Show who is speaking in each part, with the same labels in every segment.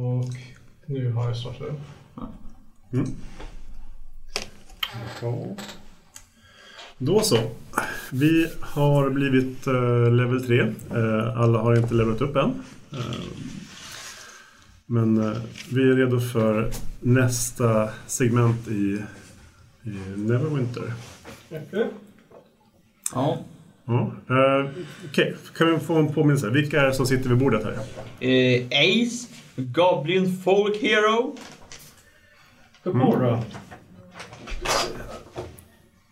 Speaker 1: Och nu har jag startat upp.
Speaker 2: Ja. Då så. Vi har blivit eh, level 3. Eh, alla har inte levelat upp än. Eh, men eh, vi är redo för nästa segment i, i Neverwinter.
Speaker 1: Okej.
Speaker 3: Ja.
Speaker 2: Ja. Eh, Okej, kan vi få en påminnelse? Vilka är det som sitter vid bordet här?
Speaker 3: Eh, Ace, Goblin Folk Hero.
Speaker 1: Mm.
Speaker 4: Kapora.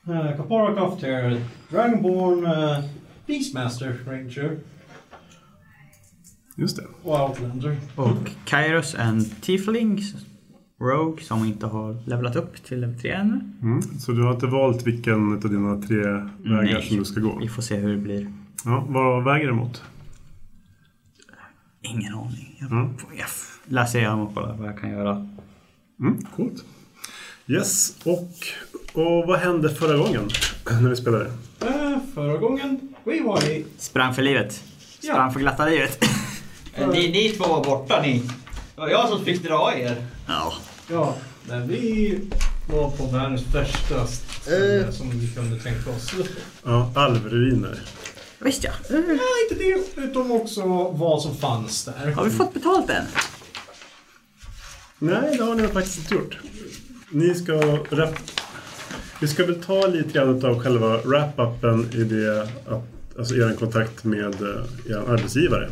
Speaker 4: Uh, Kapora Kofter, Dragonborn uh, Beastmaster Ranger
Speaker 2: Just det.
Speaker 4: och Outlander.
Speaker 3: Och Kairos en Tiefling Rogue som inte har levlat upp till level 3 ännu.
Speaker 2: Mm. Så du har inte valt vilken av dina tre vägar
Speaker 3: Nej.
Speaker 2: som du ska gå?
Speaker 3: Vi får se hur det blir.
Speaker 2: Ja, vad väger det mot?
Speaker 3: Ingen aning. Jag,
Speaker 2: Mm.
Speaker 3: jag f- läser igenom och kollar vad jag kan göra.
Speaker 2: Mm, coolt. Yes, och, och vad hände förra gången när vi spelade?
Speaker 4: Eh, förra gången, vi var i...
Speaker 3: Sprang för livet.
Speaker 4: Ja.
Speaker 3: Sprang för glatta livet.
Speaker 5: Ni, ni två var borta ni. Det var jag som fick dra er.
Speaker 3: ja.
Speaker 4: Ja, när vi var på världens värsta ställe som vi kunde tänka oss. Eh,
Speaker 2: Ja, alvruiner.
Speaker 3: Visst ja.
Speaker 4: Ja, inte det, utan också vad som fanns där.
Speaker 3: Har vi fått betalt än?
Speaker 2: Nej, det har ni faktiskt inte gjort. Ni ska... Rap- vi ska väl ta lite grann av själva wrap-upen i det att, alltså er kontakt med eh, er arbetsgivare.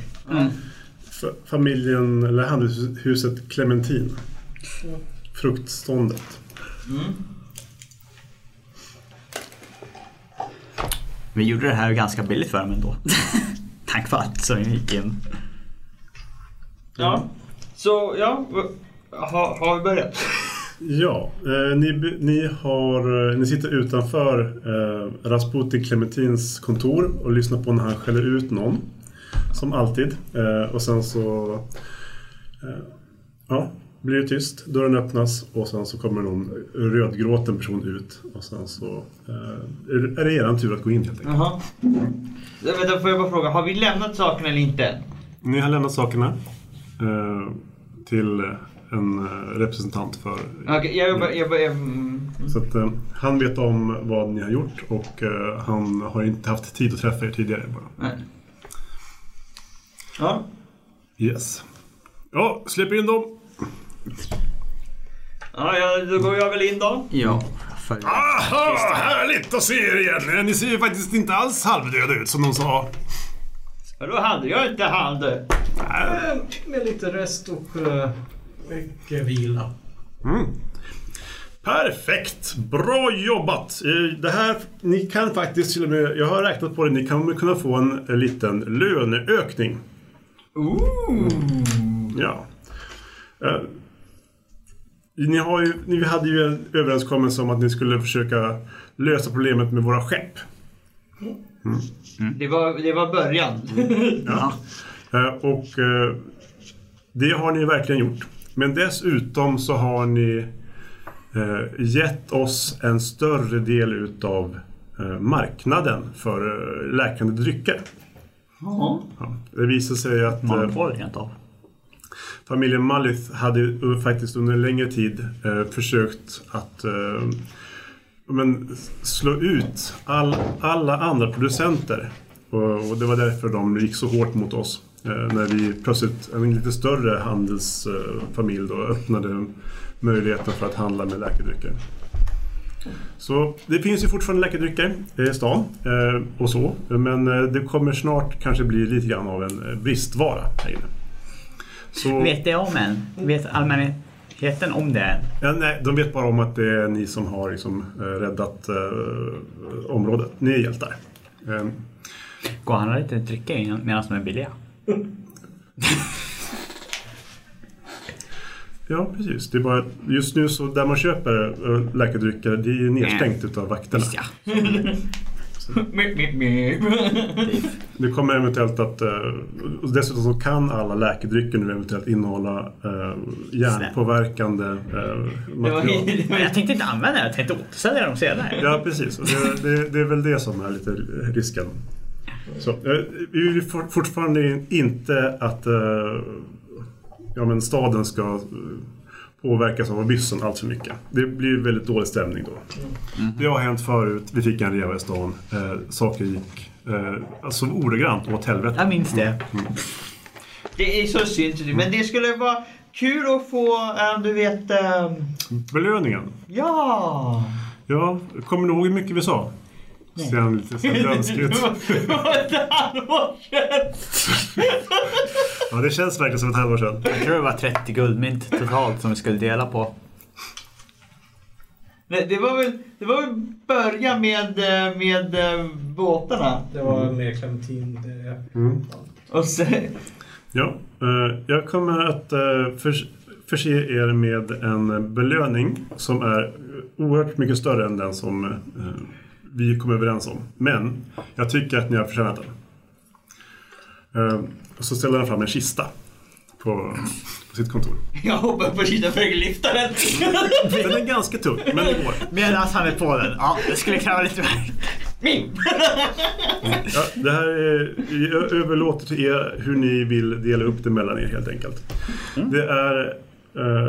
Speaker 2: F- familjen, eller handelshuset Clementin. Fruktståndet.
Speaker 3: Vi gjorde det här ganska billigt för dem ändå. Tack för allt som gick in.
Speaker 5: Ja. Så ja, v- ha, har vi börjat?
Speaker 2: Ja, eh, ni, by- ni, har, eh, ni sitter utanför eh, Rasputin Clementins kontor och lyssnar på när han skäller ut någon. Som alltid. Eh, och sen så eh, ja, blir det tyst, dörren öppnas och sen så kommer någon rödgråten person ut. Och sen så eh, är det- är det eran tur att gå in helt enkelt.
Speaker 5: Jaha. Ja, Vänta, får jag bara fråga. Har vi lämnat sakerna eller inte än?
Speaker 2: Ni har lämnat sakerna eh, till en eh, representant för
Speaker 5: Okej, jag, jag, jag, jag, mm.
Speaker 2: Så att, eh, han vet om vad ni har gjort och eh, han har inte haft tid att träffa er tidigare. Bara.
Speaker 5: Nej. Ja.
Speaker 2: Yes. Ja, släpp in dem!
Speaker 5: Ja, ja, då går jag väl in då.
Speaker 3: Ja. Mm. För...
Speaker 2: Aha, härligt att se er igen! Eh, Ni ser ju faktiskt inte alls halvdöda ut som de sa.
Speaker 5: Ja, då hade jag inte hand.
Speaker 4: Eh, Med lite rest och eh, mycket vila.
Speaker 2: Perfekt! Bra jobbat! Eh, Det här, ni kan faktiskt till och med, jag har räknat på det, ni kommer kunna få en eh, liten löneökning. Ooh. Ja. Eh, Ni, har ju, ni hade ju en överenskommelse om att ni skulle försöka lösa problemet med våra skepp.
Speaker 5: Det var, det var början.
Speaker 3: Ja.
Speaker 2: Eh, Och eh, det har ni verkligen gjort. Men dessutom så har ni eh, gett oss en större del utav eh, marknaden för eh, läkande drycker.
Speaker 3: Ja.
Speaker 2: Ja. Det visar sig att eh,
Speaker 3: Monopol rent av.
Speaker 2: familjen Malith hade ju eh, faktiskt under en längre tid eh, försökt att eh, men, slå ut all, alla andra producenter. Och, och det var därför de gick så hårt mot oss. Eh, när vi plötsligt, en lite större handelsfamilj då, öppnade möjligheten för att handla med läkedrycker. Så det finns ju fortfarande läkedrycker i stan eh, och så. Men eh, det kommer snart kanske bli lite grann av en eh, bristvara här inne. Så-
Speaker 3: Vet det om än? Vet allmänheten om det än?
Speaker 2: Ja, nej, de vet bara om att det är ni som har liksom, eh, räddat eh, området. Ni är hjältar. Eh,
Speaker 3: Går han lite trycka in medan de är billiga?
Speaker 2: ja, precis. Det är bara, just nu så där man köper eh, läkedrycker, det är ju nedstängt utav vakterna.
Speaker 3: Visst ja.
Speaker 5: Mip, mip, mip.
Speaker 2: Det kommer eventuellt att... eh, och dessutom så kan alla läkedrycker nu eventuellt innehålla eh, hjärnpåverkande eh,
Speaker 5: Det var,
Speaker 2: material.
Speaker 3: Men jag tänkte inte använda det, jag tänkte återsälja dem senare.
Speaker 2: Ja, precis. Och det, det, det är väl det som är lite risken. Så, eh, vi vill for, fortfarande inte att eh, ja, men staden ska eh, påverkas av abyssen allt för mycket. Det blir väldigt dålig stämning då. Det har hänt förut, vi fick en reva i stan, eh, saker gick eh, alltså ordagrant åt helvete.
Speaker 3: Jag minns det.
Speaker 5: Det är så synd, typ. men det skulle vara kul att få, eh, du vet... ehm,
Speaker 2: Belöningen.
Speaker 5: Ja!
Speaker 2: Ja, kommer du ihåg hur mycket vi sa? Ser han lite så här lömsk ut.
Speaker 5: Det var ett halvår sedan!
Speaker 2: Ja, det känns verkligen som ett halvår sedan.
Speaker 3: Jag tror det var 30 guldmynt totalt som vi skulle dela på.
Speaker 5: Nej, det var väl, det var väl börja med, eh, med eh, båtarna.
Speaker 4: Det var mer clementin. Det...
Speaker 5: Och sen,
Speaker 2: Ja, eh, jag kommer att eh, förs- förse er med en belöning som är oerhört mycket större än den som eh, vi kom överens om. Men jag tycker att ni har förtjänat den. Eh, Och så ställer han fram en kista på, på sitt kontor.
Speaker 5: jag hoppar upp på sidan för att lyfta den.
Speaker 2: Den är ganska tung, men det går.
Speaker 3: Medan han är på den. Ja, det skulle kräva lite verk.
Speaker 5: Mim!
Speaker 2: Ja, det här är, jag överlåter till er hur ni vill dela upp det mellan er helt enkelt. Det är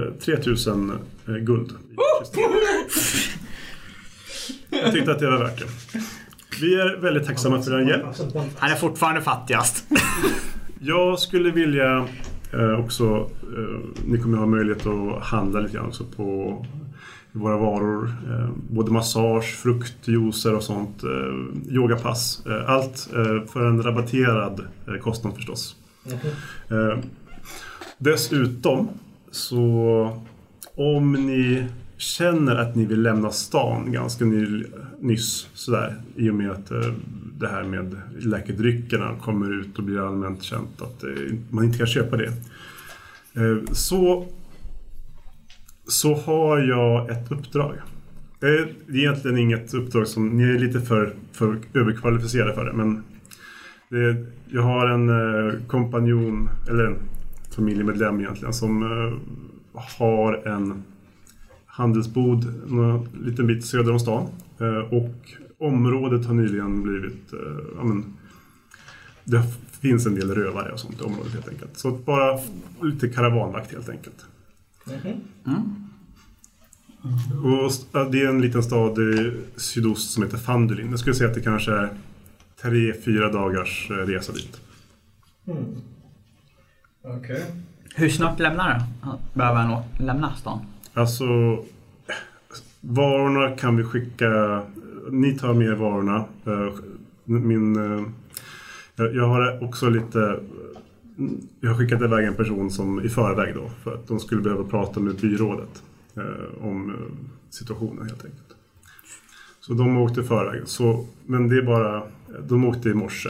Speaker 2: eh, 3000 eh, guld. Jag tyckte att det var värt det. Vi är väldigt tacksamma för er hjälp.
Speaker 3: Han är fortfarande fattigast.
Speaker 2: Jag skulle vilja eh, också, eh, ni kommer ha möjlighet att handla lite grann också på våra varor. Eh, både massage, fruktjuicer och sånt. Eh, yogapass. Eh, allt eh, för en rabatterad eh, kostnad förstås. Eh, dessutom så om ni känner att ni vill lämna stan ganska ny, nyss sådär i och med att eh, det här med läkedryckerna kommer ut och blir allmänt känt att eh, man inte kan köpa det. Eh, så, så har jag ett uppdrag. Eh, Det är egentligen inget uppdrag som, ni är lite för, för överkvalificerade för det men det, jag har en eh, kompanjon, eller en familjemedlem egentligen, som eh, har en handelsbod en liten bit söder om stan. Eh, och området har nyligen blivit, eh, ja men, det finns en del rövare och sånt i området helt enkelt. Så att bara lite karavanvakt helt enkelt.
Speaker 4: Mhm.
Speaker 2: Och s- ja, det är en liten stad i sydost som heter Fandulin. Jag skulle säga att det kanske är tre, fyra dagars eh, resa dit.
Speaker 4: Okej.
Speaker 3: Hur snart lämnar han? Behöver han å- lämna stan?
Speaker 2: Alltså, varorna kan vi skicka. Ni tar med er varorna. Eh, Min, eh, jag- jag har också lite... Jag har skickat iväg en person som i förväg då för att de skulle behöva prata med byrådet eh, om eh, situationen helt enkelt. Så de åkte i förväg. Så, men det är bara... De åkte i morse.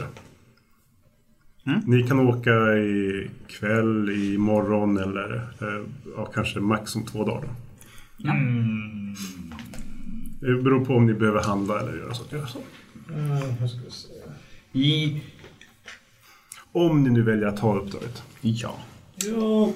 Speaker 3: Mm.
Speaker 2: Ni kan åka i kväll, i morgon eller eh, ja, kanske max om två dagar. Då. Det beror på om ni behöver handla eller göra saker.
Speaker 4: Mm,
Speaker 1: Eh, vad ska vi se.
Speaker 5: I,
Speaker 2: Om ni nu väljer att ta uppdraget.
Speaker 3: Ja.
Speaker 4: Ja,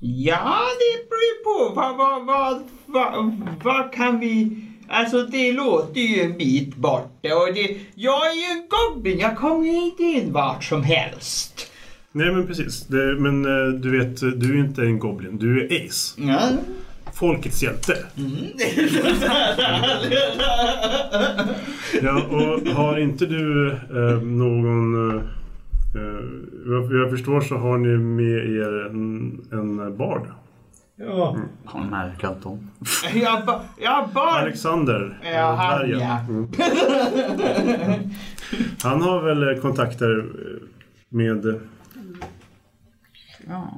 Speaker 5: ja, det beror ju på. Vad vad vad vad vad kan vi... Alltså det låter ju en bit bort. Och det, jag är ju en goblin, jag kommer ju inte in vart som helst.
Speaker 2: Nej men precis. Det, men eh, du vet, du är inte en goblin. Du är Ace.
Speaker 5: Ja.
Speaker 2: Folkets hjälte. Ja, och har inte du eh, någon... Eh, eh, jag- jag förstår så har ni med er en, en bard.
Speaker 4: ja.
Speaker 3: Har de här glömt om?
Speaker 5: Jag, ba, jag bara...
Speaker 2: Alexander. eh,
Speaker 5: Ja, han,
Speaker 2: dvärgen.
Speaker 5: ja.
Speaker 2: Mm. Han har väl eh, kontakter eh, med...
Speaker 3: Ja.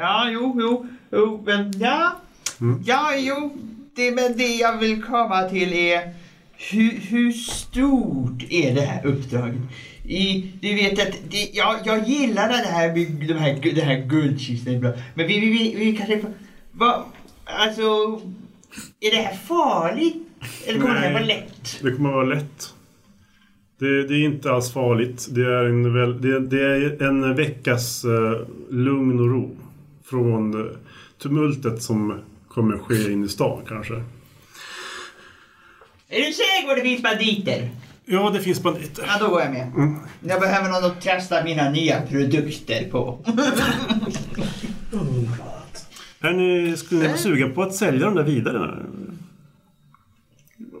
Speaker 5: Ja, jo, jo, jo, men ja. Ja, jo, det, men det jag vill komma till är hur, hur stort är det här uppdraget? I, du vet att det, jag, jag gillar det här med de här, gu- det här guldkistan ibland. Men vi, vi, vi, vi kanske... Va, alltså, är det här farligt? Eller kommer det här
Speaker 2: Nej.
Speaker 5: vara lätt?
Speaker 2: Det kommer att vara lätt. Det, det är inte alls farligt. Det är en, väl, det, det är en veckas eh, lugn och ro från eh, tumultet som kommer ske in i stan kanske.
Speaker 5: Är du säker på att det finns banditer?
Speaker 2: Ja, det finns banditer.
Speaker 5: Ja, då går jag med. Jag behöver någon att testa mina nya produkter på.
Speaker 2: Är ni, skulle ni vara sugen på att sälja dem där vidare?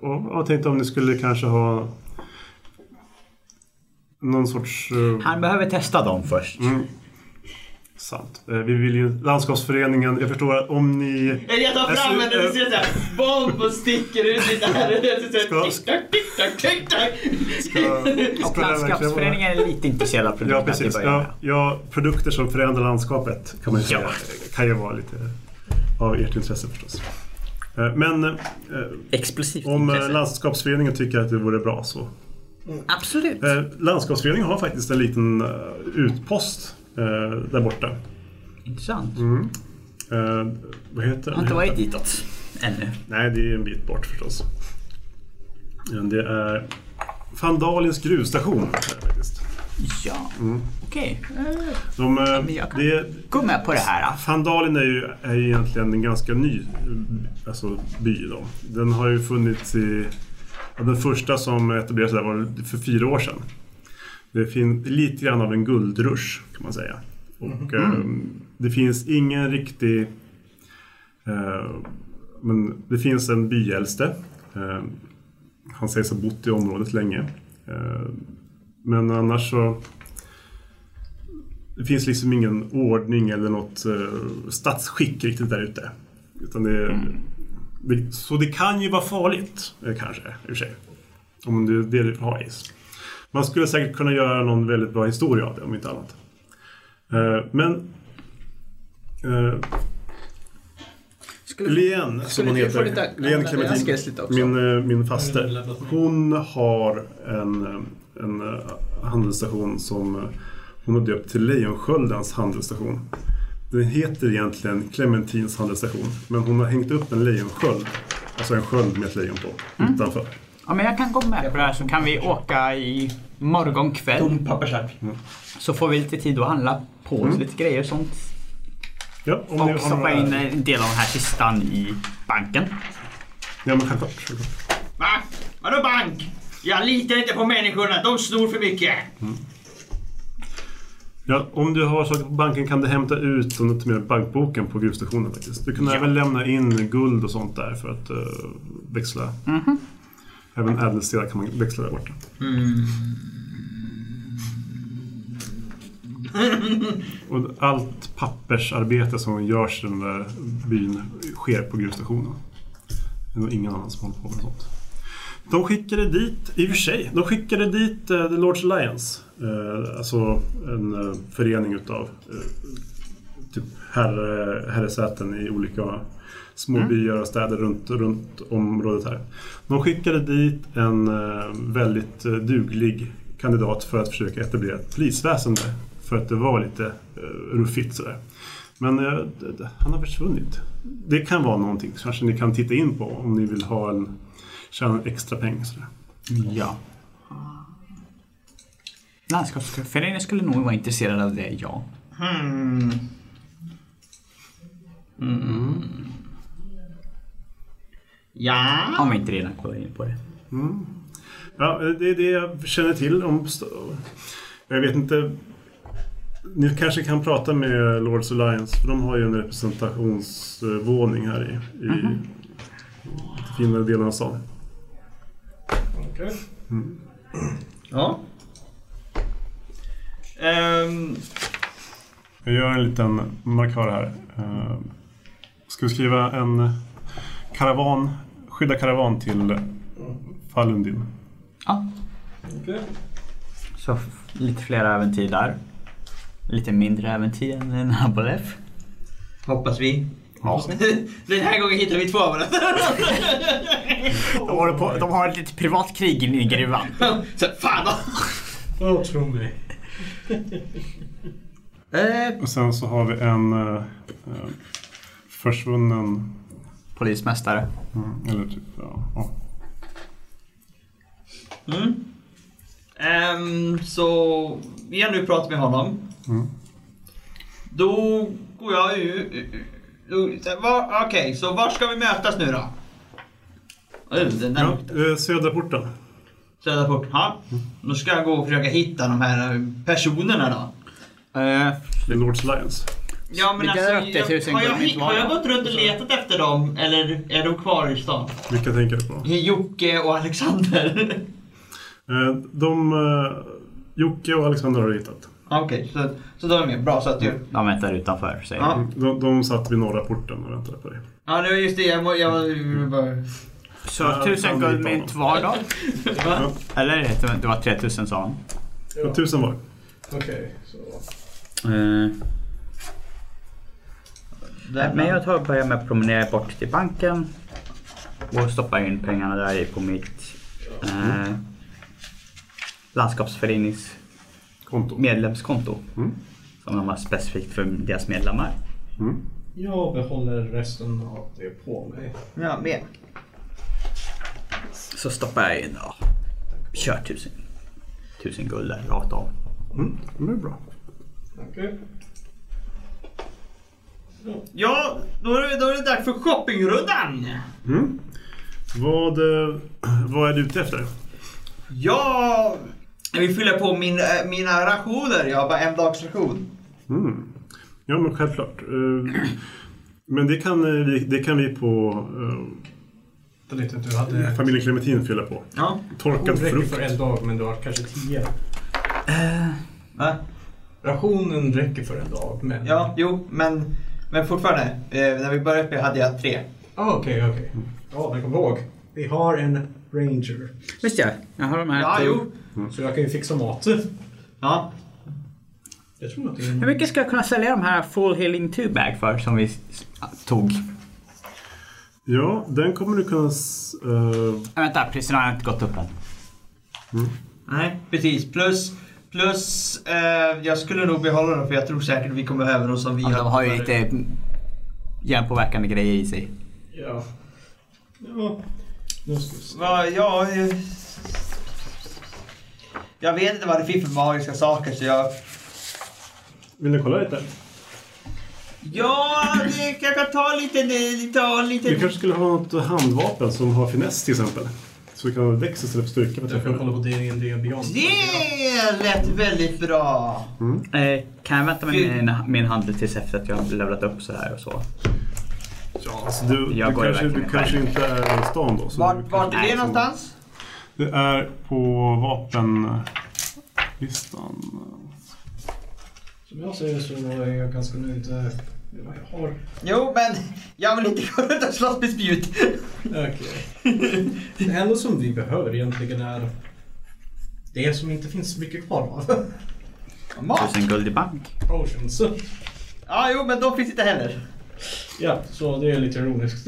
Speaker 2: Och jag tänkte om ni skulle kanske ha någon sorts... eh,
Speaker 3: Han behöver testa dem först.
Speaker 2: Mm. Sant. Eh, Vi vill ju... Landskapsföreningen, jag förstår att om ni...
Speaker 5: Jag tar fram
Speaker 2: Alltså,
Speaker 5: henne
Speaker 2: eh,
Speaker 5: och ser såhär, bomb och sticker ut lite här. Och jag ser
Speaker 2: Ska-
Speaker 5: såhär, tick-tack, tick-tack, tick-tack.
Speaker 2: ska-
Speaker 3: Och
Speaker 2: ska det här verkligen vara-
Speaker 3: landskapsföreningen är lite intresserad av
Speaker 2: Ja,
Speaker 3: produkten till att
Speaker 2: precis.
Speaker 3: börja
Speaker 2: Ja,
Speaker 3: med.
Speaker 2: ja, produkter som förändrar landskapet kan man ju
Speaker 3: Ja.
Speaker 2: säga. kan ju vara lite av ert intresse förstås. Eh, Men eh,
Speaker 3: Explosivt
Speaker 2: om eh,
Speaker 3: intresse.
Speaker 2: landskapsföreningen tycker att det vore bra så.
Speaker 3: Absolut.
Speaker 2: Eh, Landskapsföreningen har faktiskt en liten eh, utpost eh, där borta.
Speaker 3: Intressant.
Speaker 2: Eh, Vad heter
Speaker 3: Jag har inte
Speaker 2: den?
Speaker 3: varit ditåt ännu.
Speaker 2: Nej, det är en bit bort förstås. Men Det är Fandalins gruvstation. eh, faktiskt.
Speaker 3: Ja, Mm. okej.
Speaker 2: De, eh,
Speaker 3: men jag kan-
Speaker 2: det är
Speaker 3: Gå med på det här.
Speaker 2: Fandalin är ju är ju egentligen en ganska ny eh, alltså, by. Då. Den har ju funnits i... ja, Den första som etablerades där var för fyra år sedan. Det finns lite grann av en guldrush kan man säga. Och eh, det finns ingen riktig... eh, men det finns en byäldste. Eh, han sägs ha bott i området länge. Eh, men annars så... Det finns liksom ingen ordning eller något eh, statsskick riktigt där ute. Utan det, det, så det kan ju vara farligt eh, kanske, i och för sig. Om det är det du vill ha i. Man skulle säkert kunna göra någon väldigt bra historia av det, om inte annat. Eh, men... Eh,
Speaker 3: Skulle-
Speaker 2: Lien, som hon
Speaker 3: vi få
Speaker 2: heter.
Speaker 3: lite-
Speaker 2: Lien
Speaker 3: använda
Speaker 2: Clementin.
Speaker 3: önskes lite också?
Speaker 2: Min, eh, min
Speaker 4: Jag har
Speaker 2: faster.
Speaker 4: lämnat mig.
Speaker 2: Hon har en, eh, en eh, handelsstation som eh, hon har döpt till Lejonsköldens handelsstation. Den heter egentligen Clementins handelsstation. Men hon har hängt upp en lejonsköld. Alltså en sköld med ett lejon på.
Speaker 3: Mm.
Speaker 2: Utanför.
Speaker 3: Ja, men jag kan gå med på det här så kan vi åka i morgon kväll.
Speaker 5: Tom pappersark.
Speaker 3: Så får vi lite tid att handla på oss lite grejer och sånt.
Speaker 2: Ja, om ni
Speaker 3: Och
Speaker 2: har
Speaker 3: stoppa
Speaker 2: några-
Speaker 3: in en del av den här kistan i banken.
Speaker 2: Ja, men självklart. självklart.
Speaker 5: Va? Vadå bank? Jag litar inte på människorna, de snor för mycket.
Speaker 2: Ja, om du har saker på banken kan du hämta ut som du tar med bankboken på gruvstationen faktiskt. Du kan även lämna in guld och sånt där för att eh, växla. Även ädelstenar kan man växla där borta. Och allt pappersarbete som görs i den där byn sker på gruvstationen. Det är nog ingen annan som håller på med sånt. De skickade dit, i och för sig, de skickade dit eh, The Lords Alliance. Eh, alltså en eh, förening utav eh, typ herre, herresäten i olika små byar och städer runt, runt området här. De skickade dit en eh, väldigt eh, duglig kandidat för att försöka etablera ett polisväsende. För att det var lite eh, ruffigt sådär. Men eh, d- d- han har försvunnit. Det kan vara någonting som kanske ni kan titta in på om ni vill ha en, tjäna extra pengar. Sådär.
Speaker 3: Ja. Landskapsföreningen skulle nog vara intresserad av det, ja.
Speaker 5: Hmm. Ja.
Speaker 3: Om vi inte redan kollar in på det.
Speaker 2: Ja, det är det jag känner till om... st- Jag vet inte... Ni kanske kan prata med Lords Alliance för de har ju en representationsvåning här i, i finare delen av stan.
Speaker 4: Okej.
Speaker 5: Ja. Ehm,
Speaker 2: Jag gör en liten markör här. Eh, Ska vi skriva en karavan, skydda karavan till Falundin?
Speaker 3: Ja,
Speaker 4: Okej.
Speaker 3: så f- lite flera äventyr där. Lite mindre äventyr än en Abolef.
Speaker 5: hoppas vi.
Speaker 2: Ja.
Speaker 5: Den här gången hittar vi två av varandra.
Speaker 3: De, håller på, de har ett litet privat krig inne i gruvan.
Speaker 5: Så, fan då.
Speaker 4: Åh, tro mig.
Speaker 5: Eh,
Speaker 2: Och sen så har vi en eh, eh, försvunnen,
Speaker 3: Polismästare.
Speaker 2: mm, eller typ, ja. ja.
Speaker 5: mm. Ehm, så vi har nu pratat med honom.
Speaker 2: Mm.
Speaker 5: Då går jag ju... då- så här, var- Okej, så var ska vi mötas nu då? Uh, den där
Speaker 2: Ja, eh, södra porten.
Speaker 5: Södra port. Ja. Nu ska jag gå och försöka hitta de här personerna då.
Speaker 3: Eh,
Speaker 2: Det är Lords Lions.
Speaker 5: Ja, men
Speaker 3: Vilka
Speaker 5: alltså,
Speaker 3: rötter tusen
Speaker 5: har, jag,
Speaker 3: går inte
Speaker 5: har jag
Speaker 3: vara?
Speaker 5: gått runt och letat efter dem eller är de kvar i stan?
Speaker 2: Vilka tänker du på?
Speaker 5: Jocke och Alexander.
Speaker 2: Eh, De... eh, Jocke och Alexander har du hittat.
Speaker 5: Ja, Okej, så, så de är med. Bra, så att du...
Speaker 3: De väntar utanför säger
Speaker 5: Ja.
Speaker 3: ja.
Speaker 2: De, de satt vid norra porten och väntade på dig.
Speaker 5: Ja, det var just det. Jag, må- jag, jag bara...
Speaker 2: Ja,
Speaker 3: Så
Speaker 2: kan
Speaker 3: tusen
Speaker 2: vi ta
Speaker 3: guldmynt var då?
Speaker 5: Va?
Speaker 3: Eller det var 3000 sa han.
Speaker 2: Ja. Tusen var.
Speaker 4: Okej, så.
Speaker 3: Eh,
Speaker 5: Där
Speaker 3: men jag tar och börjar med att promenera bort till banken och stoppar in pengarna där i på mitt eh, landskapsförenings
Speaker 2: Konto.
Speaker 3: medlemskonto.
Speaker 2: Mm.
Speaker 3: Som de har specifikt för deras medlemmar.
Speaker 2: Mm.
Speaker 4: Jag behåller resten av det på mig.
Speaker 5: Ja, med.
Speaker 3: Så stoppar jag in, ja, kör tusen, tusen guld där rakt av.
Speaker 2: Mm. Det är bra.
Speaker 4: Okej.
Speaker 5: Ja, då är, det, då är det dags för shoppingrundan.
Speaker 2: Mm. Vad, eh, vad är du ute efter?
Speaker 5: Ja, jag vill fylla på min, eh, mina rationer. Jag har bara en dags ration.
Speaker 2: Mm. Ja, men självklart. Eh, Men det kan, eh, vi, det kan vi på
Speaker 4: Jag tänkte att du
Speaker 2: eh,
Speaker 4: hade...
Speaker 2: familjen Clementin fylla på.
Speaker 5: Ja.
Speaker 2: Torkad
Speaker 4: räcker
Speaker 2: frukt.
Speaker 4: för en dag, men du har kanske tio.
Speaker 5: Va?
Speaker 4: Rationen räcker för en dag, men...
Speaker 5: Ja, jo, men, men fortfarande. Eh, när vi började uppe hade jag tre.
Speaker 4: Ah, Okej, okej.
Speaker 2: Mm.
Speaker 4: Ja, men kom ihåg. Vi har en ranger.
Speaker 3: Visst ja, jag har de här.
Speaker 5: Ja,
Speaker 3: till-
Speaker 5: jo.
Speaker 2: Mm.
Speaker 4: Så jag kan ju fixa mat.
Speaker 5: Ja.
Speaker 4: Jag tror att det
Speaker 3: Hur
Speaker 4: är...
Speaker 3: mycket ska jag kunna sälja de här Full Healing 2 bag för som vi s- s- tog?
Speaker 2: Ja, den kommer du kunna... s- eh,
Speaker 3: Äh, vänta, priserna har inte gått upp än.
Speaker 5: Nej, precis. Plus, plus eh, jag skulle nog behålla dem för jag tror säkert vi kommer över dem som vi
Speaker 3: Ja, de har ju
Speaker 5: hade.
Speaker 3: lite mm, hjärnpåverkande grejer i sig.
Speaker 4: Ja. Ja. Nu ska vi se.
Speaker 5: Va, ja, eh, jag vet inte vad det finns för magiska saker så jag...
Speaker 2: Vill ni kolla lite?
Speaker 5: Ja, det, jag kan ta lite... det- Ta lite...
Speaker 2: Vi kanske skulle ha något handvapen som har finess till exempel. Så vi kan ha växt istället för styrka.
Speaker 4: Jag får kolla på D&D Beyond.
Speaker 5: Det lät väldigt bra!
Speaker 3: Eh, kan jag vänta med
Speaker 5: Fy-
Speaker 3: min, min handel tills efter att jag har levlat upp så här och så?
Speaker 2: Ja, alltså du, du,
Speaker 3: Jag går ju
Speaker 2: kanske, du
Speaker 3: verkligen
Speaker 2: kanske
Speaker 3: själv.
Speaker 2: inte är i stan då. Så du
Speaker 5: Vart,
Speaker 2: kanske-
Speaker 5: vart är
Speaker 3: Nej,
Speaker 5: det
Speaker 3: så-
Speaker 5: någonstans?
Speaker 2: Det är på vapenlistan.
Speaker 4: Som jag ser det så är jag ganska nöjd med vad jag har.
Speaker 5: Jo, men jag vill inte gå runt och slåss med spjut.
Speaker 4: Okej. Det enda som vi behöver egentligen är det som inte finns så mycket kvar av.
Speaker 5: Mat?
Speaker 3: Tusen guld i bank.
Speaker 4: Oceans.
Speaker 5: Ja, jo, men de finns inte heller.
Speaker 4: Ja, så det är lite ironiskt.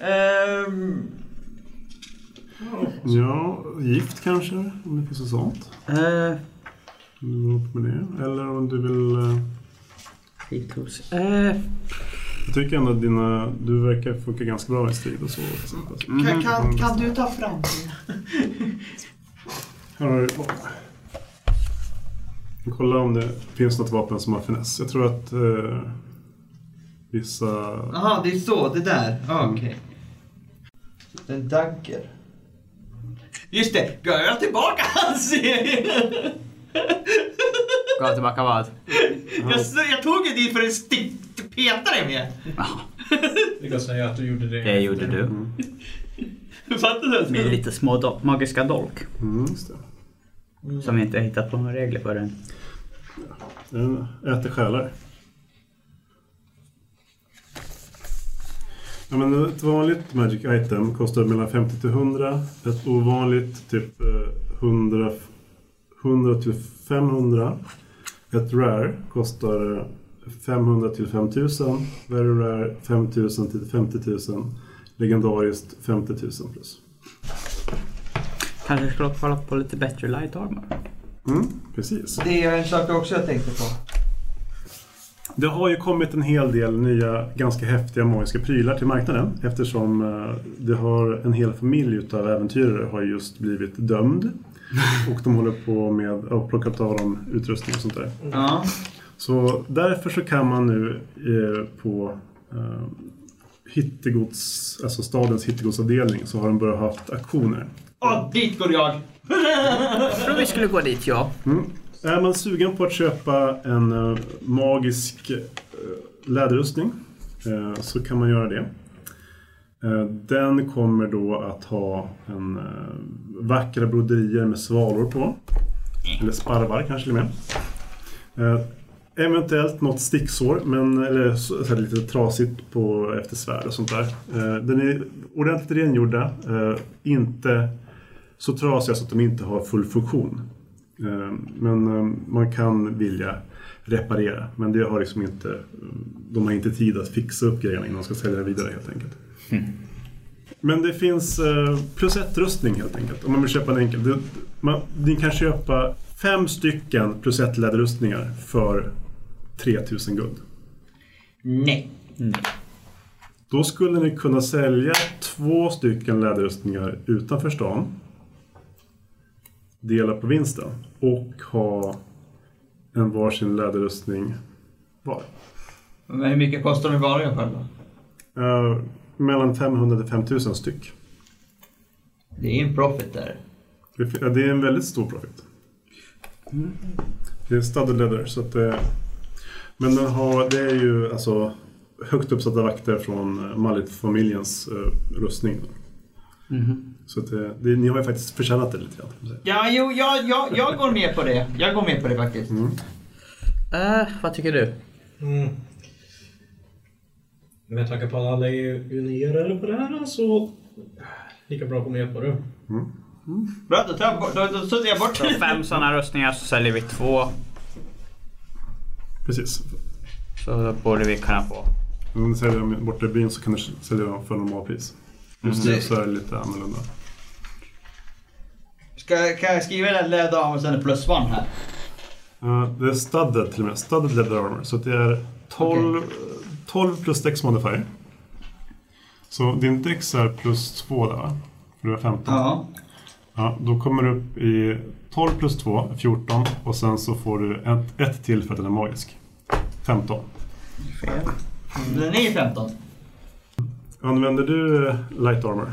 Speaker 5: Ehm,
Speaker 2: Ja, gift kanske? Om det finns något sånt.
Speaker 3: Eh,
Speaker 2: Om du går upp med det. Eller om du vill... eh,
Speaker 3: Skitros. Eh,
Speaker 2: Jag tycker ändå att dina, du verkar funka ganska bra i strid och så. till exempel.
Speaker 5: kan, kan, kan du ta fram det?
Speaker 2: Här har du Kolla om det finns något vapen som har finess. Jag tror att eh, vissa...
Speaker 5: Jaha, det är så, det där. Ja, Okej. En dagger. Just det, gav jag tillbaka hans?
Speaker 3: gav tillbaka vad?
Speaker 5: jag, s- jag tog ju dit för att stick- peta dig med.
Speaker 4: Vi kan säga att du gjorde det.
Speaker 3: Det gjorde du.
Speaker 5: Fattar
Speaker 3: Med
Speaker 5: du?
Speaker 3: lite små do- magiska dolk.
Speaker 2: Mm, just det.
Speaker 3: Som vi inte har hittat på några regler för än.
Speaker 2: Den äter själar. Ja, men ett vanligt Magic Item kostar mellan 50 till 100. Ett ovanligt typ eh, 100, 100 till 500. Ett Rare kostar 500 till 5000. Very Rare 5000 till 50 000. Legendariskt 50 000 plus.
Speaker 3: Kanske skulle kolla på lite bättre light armor.
Speaker 2: Mm, precis.
Speaker 5: Det är en sak också jag tänkte på.
Speaker 2: Det har ju kommit en hel del nya ganska häftiga magiska prylar till marknaden eftersom eh, det har en hel familj utav äventyrare har just blivit dömd och de håller på med att plocka av dem utrustning och sånt där.
Speaker 5: Ja.
Speaker 2: Så därför så kan man nu eh, på eh, hittegods, alltså stadens hittegodsavdelning så har de börjat haft auktioner.
Speaker 5: Och dit går jag.
Speaker 3: Jag tror vi skulle gå dit ja.
Speaker 2: Är man sugen på att köpa en eh, magisk eh, läderrustning eh, så kan man göra det. Eh, Den kommer då att ha en eh, vackra broderier med svalor på. Eller sparvar kanske till och med. Eh, Eventuellt något sticksår, men, eller så, så här lite trasigt på, efter svärd och sånt där. Eh, Den är ordentligt rengjorda, eh, inte så trasiga så att de inte har full funktion. Eh, Men eh, man kan vilja reparera, men det har liksom inte, de har inte tid att fixa upp grejerna innan de ska sälja det vidare helt enkelt. Men det finns eh, plus ett-rustning helt enkelt, om man vill köpa en enkel. Du, man, ni kan köpa fem stycken plus ett-läderrustningar för 3000 guld.
Speaker 5: Nej.
Speaker 2: Då skulle ni kunna sälja två stycken läderrustningar utanför stan. Dela på vinsten och ha en varsin läderrustning var.
Speaker 5: Men hur mycket kostar de varje själva?
Speaker 2: Eh, mellan 500 till 5000 styck.
Speaker 5: Det är en profit där.
Speaker 2: Det är- ja, Det är en väldigt stor profit. Det är studded leather. Så att det, men den har, det är ju alltså högt uppsatta vakter från eh, Mallet-familjens eh, rustning. Så att eh, det, det, ni har ju faktiskt förtjänat det lite grann. kan man säga.
Speaker 5: Ja, jo, ja, ja, jag går med på det. Jag går med på det faktiskt.
Speaker 3: Eh, vad tycker du?
Speaker 4: Mm. Med tanke på att alla är unierade på det här så... Lika bra att gå med på det.
Speaker 5: Bra, då tar jag bort, då, då suddar jag bort
Speaker 3: Så fem sådana rustningar så säljer vi två.
Speaker 2: Precis.
Speaker 3: Så då borde vi kunna få.
Speaker 2: Om ni säljer dem borta i byn så kan ni sälja dem för normalpris. Just nu så är Mm. det lite annorlunda.
Speaker 5: Ska, kan jag skriva den där damen och sen är plus one här?
Speaker 2: Eh, det är studded till och med. Studded leather armor. Så att det är 12, eh, 12 plus dex modifier. Så din dex är plus 2 där va? För du är 15.
Speaker 5: Ja.
Speaker 2: Ja, då kommer du upp i 12 plus 2, 14 och sen så får du ett, ett till för att den är magisk. 15.
Speaker 5: Mm. Den är 15.
Speaker 2: Använder du eh, light armor?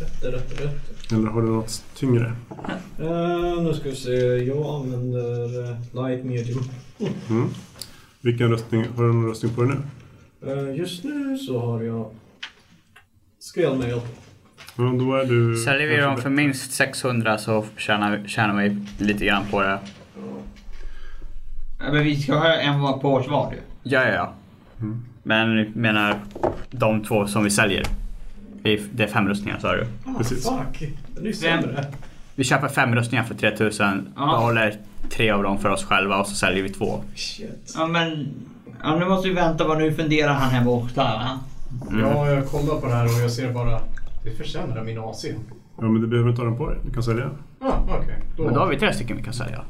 Speaker 4: Rätt, rätt, rätt.
Speaker 2: Eller har du något tyngre?
Speaker 4: Eh, nu ska vi se. Jag använder eh, light medium.
Speaker 2: Mm. Vilken röstning, har du någon röstning på dig nu?
Speaker 4: Eh, just nu så har jag skalmail.
Speaker 2: Ja, då är du...
Speaker 3: Säljer vi dem för minst 600 så tjänar, vi- tjänar vi lite grann på det.
Speaker 5: Ja, Men vi ska ha en var på års var ju.
Speaker 3: Ja, ja, ja. Mm. Men jag menar de två som vi säljer. Det är- Det är fem rustningar sa du.
Speaker 4: Ah,
Speaker 2: Precis.
Speaker 4: Fuck! Den är ju
Speaker 5: Vem-
Speaker 4: sämre.
Speaker 3: Vi köper fem rustningar för 3000.
Speaker 5: Ja.
Speaker 3: Behåller tre av dem för oss själva och så säljer vi två.
Speaker 4: Shit.
Speaker 5: Ja men... Ja, nu måste vi vänta vad nu funderar han hemma borta va?
Speaker 4: Ja, jag kollar på det här och jag ser bara... Det försämrar min AC.
Speaker 2: Ja, men du behöver inte ha den på dig. Du kan sälja den.
Speaker 4: Ah, okej.
Speaker 3: Men då har vi tre stycken vi kan sälja.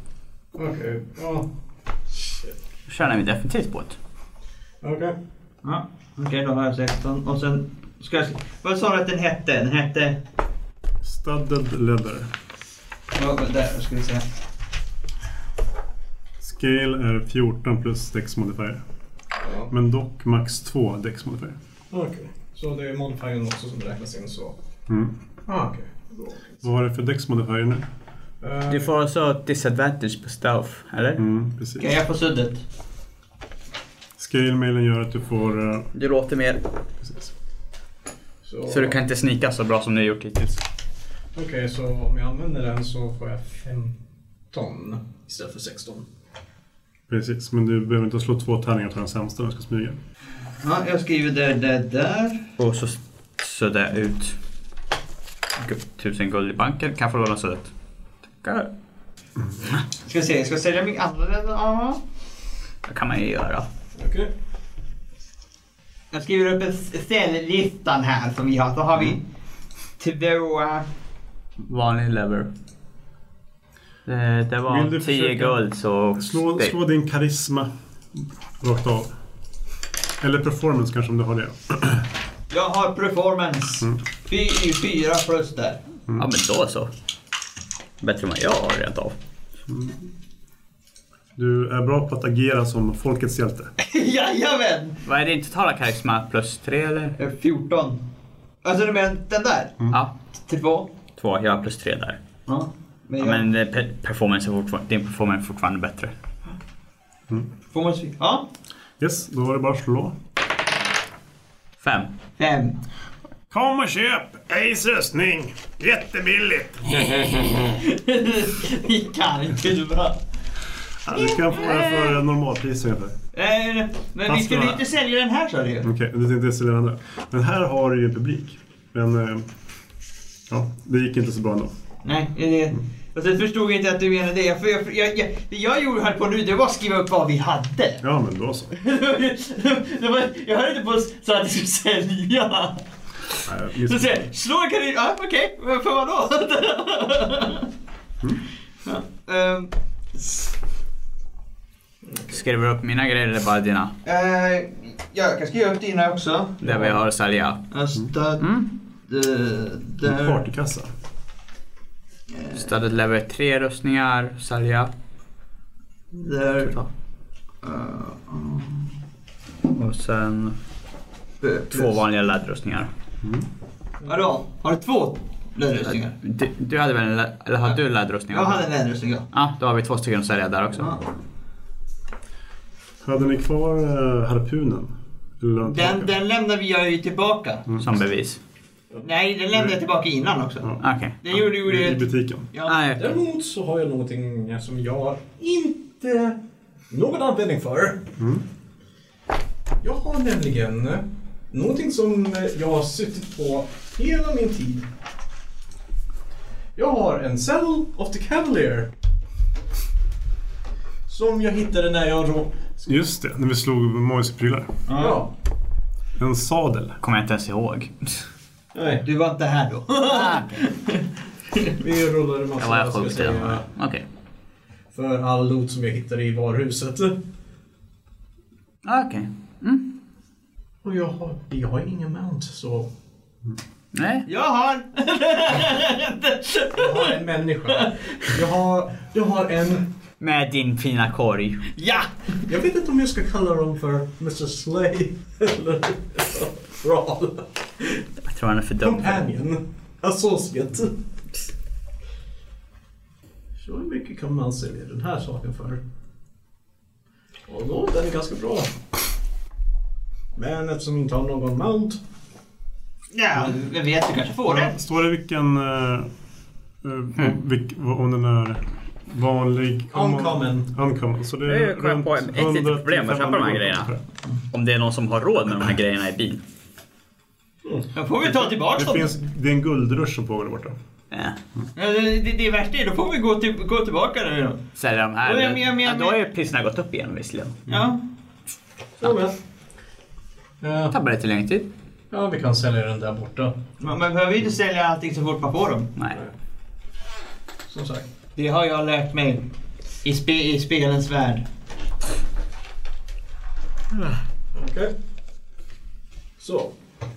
Speaker 4: Okej, ja. Shit.
Speaker 3: Då tjänar vi definitivt på det.
Speaker 4: Okej.
Speaker 5: Ja. Okej då har jag 16 och sen... Ska jag, vad sa du att den hette? Den hette...
Speaker 2: Studded leather.
Speaker 5: Ja, där ska vi se.
Speaker 2: Scale är 14 plus dex modifier.
Speaker 4: Ja.
Speaker 2: Men dock max 2 dex modifier.
Speaker 4: Okej. Så det är modifiern också som räknas in så.
Speaker 2: Mm.
Speaker 4: Ah, okej. Då-
Speaker 2: Vad har du för dex modifier nu?
Speaker 4: Eh,
Speaker 3: Du får också disadvantage på stealth, eller?
Speaker 2: Mm, precis.
Speaker 5: Kan jag få suddet?
Speaker 2: Scale-mailen gör att du får... eh,
Speaker 3: Du låter mer,
Speaker 2: Precis.
Speaker 3: så du kan inte snika så bra som du gjort hittills.
Speaker 4: Okej, så om jag använder den så får jag 15 istället för 16.
Speaker 2: Precis, men du behöver inte slå två tärningar och ta den sämsta när du ska smyga.
Speaker 5: Ja, jag skriver det där, där.
Speaker 3: Och så suddar jag ut gu- tusen guld i banken. Kan jag få låna suddet? Tackar.
Speaker 5: Ska vi se, ska jag sälja min andra den? Ja.
Speaker 3: Det kan man ju göra.
Speaker 4: Okej.
Speaker 5: Jag skriver upp en s- säljlistan här som vi har. Så har vi två...
Speaker 3: Vanlig lever. Det, det
Speaker 2: Vill du
Speaker 3: var 10
Speaker 2: försöka
Speaker 3: guld så...
Speaker 2: Slå,
Speaker 3: det-
Speaker 2: slå din karisma rakt av. Eller performance kanske om du har det.
Speaker 5: Jag har performance. Fy, fyra plus där.
Speaker 3: Ja men då så. Bättre än vad jag har rent av.
Speaker 2: Du är bra på att agera som folkets hjälte.
Speaker 5: Jajamän!
Speaker 3: Vad är din totala karisma? Plus tre eller?
Speaker 2: Mm.
Speaker 5: Eh, 14. Alltså du menar den där?
Speaker 3: Ja.
Speaker 5: Till två?
Speaker 3: Två, jag har plus tre där.
Speaker 5: Ja. Men Men
Speaker 3: Ja,
Speaker 5: jag,
Speaker 3: men eh, pe- performance är fortfarande, din performance är fortfarande bättre.
Speaker 5: får man se? Ja.
Speaker 2: Yes, då var det bara att slå.
Speaker 3: Fem.
Speaker 5: Fem.
Speaker 2: Kom och köp Ace röstning! Jättebilligt!
Speaker 5: Vi kan inte du bara.
Speaker 2: Ja, du kan få den för normalpris ungefär.
Speaker 5: Eh, men vi
Speaker 2: Fast
Speaker 5: skulle
Speaker 2: några-
Speaker 5: inte sälja den här sa
Speaker 3: Mm.
Speaker 5: du.
Speaker 2: Okej, du tänkte sälja den andra. Men här har du ju en publik. Men eh, ja, det gick inte så bra ändå.
Speaker 5: Nej, det är det.
Speaker 3: Mm.
Speaker 5: Och sen förstod jag inte att du menade det. För jag, jag, jag, det jag gjorde här på nu, det var att skriva upp vad vi hade.
Speaker 2: Ja, men då så.
Speaker 5: det var, jag höll inte på att säga att du skulle sälja.
Speaker 2: Nej, jag
Speaker 5: Så
Speaker 2: missade.
Speaker 5: säger jag, slå en kanin, ja okej, men för vadå? ja, Mm. ehm, s-
Speaker 3: Skriver du upp mina grejer eller bara dina?
Speaker 5: eh, jag kan skriva upp dina också.
Speaker 3: Där vi har att sälja.
Speaker 5: Östa,
Speaker 3: Mm.
Speaker 5: d-
Speaker 2: En
Speaker 5: där.
Speaker 2: partykassa.
Speaker 3: Stödet lever tre rustningar, sälja.
Speaker 5: Där.
Speaker 3: Ta.
Speaker 5: eh,
Speaker 3: Och sen
Speaker 5: b-
Speaker 3: två vanliga läderrustningar.
Speaker 5: eh, Vadå? Har du två läderrustningar?
Speaker 3: Du, du hade väl en lä- eller har du läderrustningar?
Speaker 5: Jag hade en läderrustning ja.
Speaker 3: Ja, då har vi två stycken att sälja där också.
Speaker 5: Ja.
Speaker 2: Hade ni kvar eh, harpunen? Eller den
Speaker 5: Den,
Speaker 2: tillbaka?
Speaker 5: den lämnade jag ju tillbaka.
Speaker 3: Som bevis.
Speaker 5: Nej, den
Speaker 3: Mm.
Speaker 5: lämnade jag tillbaka innan också.
Speaker 2: Ja.
Speaker 3: Okej.
Speaker 5: Den gjorde ju
Speaker 2: I
Speaker 5: det.
Speaker 2: butiken.
Speaker 5: Ja.
Speaker 3: Nej, okej.
Speaker 4: Däremot så har jag någonting som jag inte någon användning för. Jag har nämligen någonting som jag har suttit på hela min tid. Jag har en Saddle of the Cavalier. Som jag hittade när jag rå...
Speaker 2: Just det, när vi slog Mois prylar.
Speaker 4: Ja.
Speaker 2: En sadel.
Speaker 3: Kommer jag inte ens ihåg.
Speaker 4: Nej,
Speaker 5: Du var inte här då.
Speaker 4: vi rullade en
Speaker 3: Jag
Speaker 4: massa,
Speaker 3: var
Speaker 4: ska jag
Speaker 3: sjuk till
Speaker 4: säga,
Speaker 3: Okej.
Speaker 4: för all loot som jag hittade i varuhuset.
Speaker 3: Okej. Mm.
Speaker 4: Och jag har, jag har ingen mount, så
Speaker 3: Nej.
Speaker 5: Jag har!
Speaker 4: Jag har en människa. Jag har, jag har en...
Speaker 3: Med din fina korg.
Speaker 5: Ja!
Speaker 4: Jag vet inte om jag ska kalla dem för Mr Slay eller Ral.
Speaker 3: Jag tror han är för dum.
Speaker 4: Companion. Associate. Så hur mycket kan man sälja den här saken för? Och då, den är ganska bra. Men eftersom jag inte har någon mount.
Speaker 5: Ja, vem vet, du kanske får den.
Speaker 2: Står det vilken... eh, eh, vilk, vad- om den är vanlig?
Speaker 4: Uncommon.
Speaker 2: Uncommon. Så det
Speaker 3: Nu
Speaker 2: är
Speaker 3: kommer jag
Speaker 2: runt
Speaker 3: på ett litet
Speaker 2: 100
Speaker 3: problem med att köpa de här
Speaker 2: 500
Speaker 3: grejerna.
Speaker 2: kronor.
Speaker 3: Om det är någon som har råd med de här grejerna i bin.
Speaker 5: Då får vi ta tillbaka
Speaker 2: Det,
Speaker 5: dem.
Speaker 2: finns, det är en guldrush som pågår där borta.
Speaker 3: Eh.
Speaker 5: Ja, Det, det, det värsta är, då får vi gå, till, gå tillbaka nu då.
Speaker 3: Sälja de
Speaker 5: Ja,
Speaker 3: här.
Speaker 5: men- men- men-
Speaker 3: ja, då har ju priserna gått upp igen visserligen.
Speaker 5: Ja.
Speaker 4: Så med. Ja,
Speaker 3: Tar bara lite längre tid.
Speaker 4: ja, vi kan sälja den där borta.
Speaker 5: Man man behöver ju inte sälja allting så fort man får dem.
Speaker 3: Nej.
Speaker 4: Som sagt.
Speaker 5: Det har jag lärt mig. I, spe, i spelens värld.
Speaker 4: Okej. Så.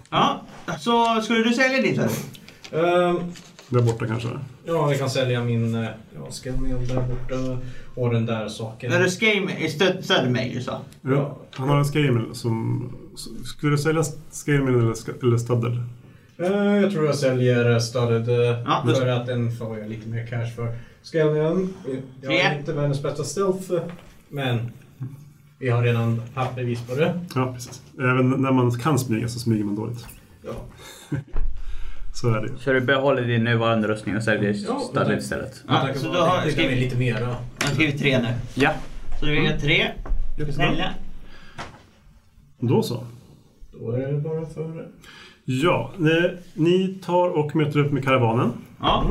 Speaker 5: Ja, så skulle du sälja ditt hörru?
Speaker 4: Ehm,
Speaker 2: Där borta kanske.
Speaker 4: Ja, jag kan sälja min... eh, Ja, ska jag med där borta och den där saken.
Speaker 5: När du skrev, stö- stödde mig ju så.
Speaker 2: Ja. Han har en scamel som... s- Skulle du sälja scamel eller, sk- eller staddel?
Speaker 4: Eh, jag tror jag säljer eh, stödet eh,
Speaker 5: Ja,
Speaker 4: för att den får jag lite mer cash för. Ska jag med den? Jag
Speaker 5: Tre.
Speaker 4: är inte världens bästa stealth, eh, men vi har redan haft bevis på det.
Speaker 2: Ja, precis. Även när man kan smyga så smyger man dåligt.
Speaker 4: Ja.
Speaker 2: Så är det ju.
Speaker 3: Så du behåller din nuvarande rustning och säljer
Speaker 4: Ja,
Speaker 3: stödet
Speaker 4: men-
Speaker 3: istället?
Speaker 5: Ja,
Speaker 4: Jag
Speaker 5: så
Speaker 4: kan
Speaker 5: då har-
Speaker 4: bara skicka
Speaker 5: ska vi-
Speaker 4: med lite mera.
Speaker 5: Jag har skrivit tre nu.
Speaker 3: Ja.
Speaker 5: Så vi har tre. Ska vi sälja?
Speaker 2: Då så.
Speaker 4: Då är det bara för...
Speaker 2: Ja, ni, ni tar och möter upp med karavanen.
Speaker 5: Ja.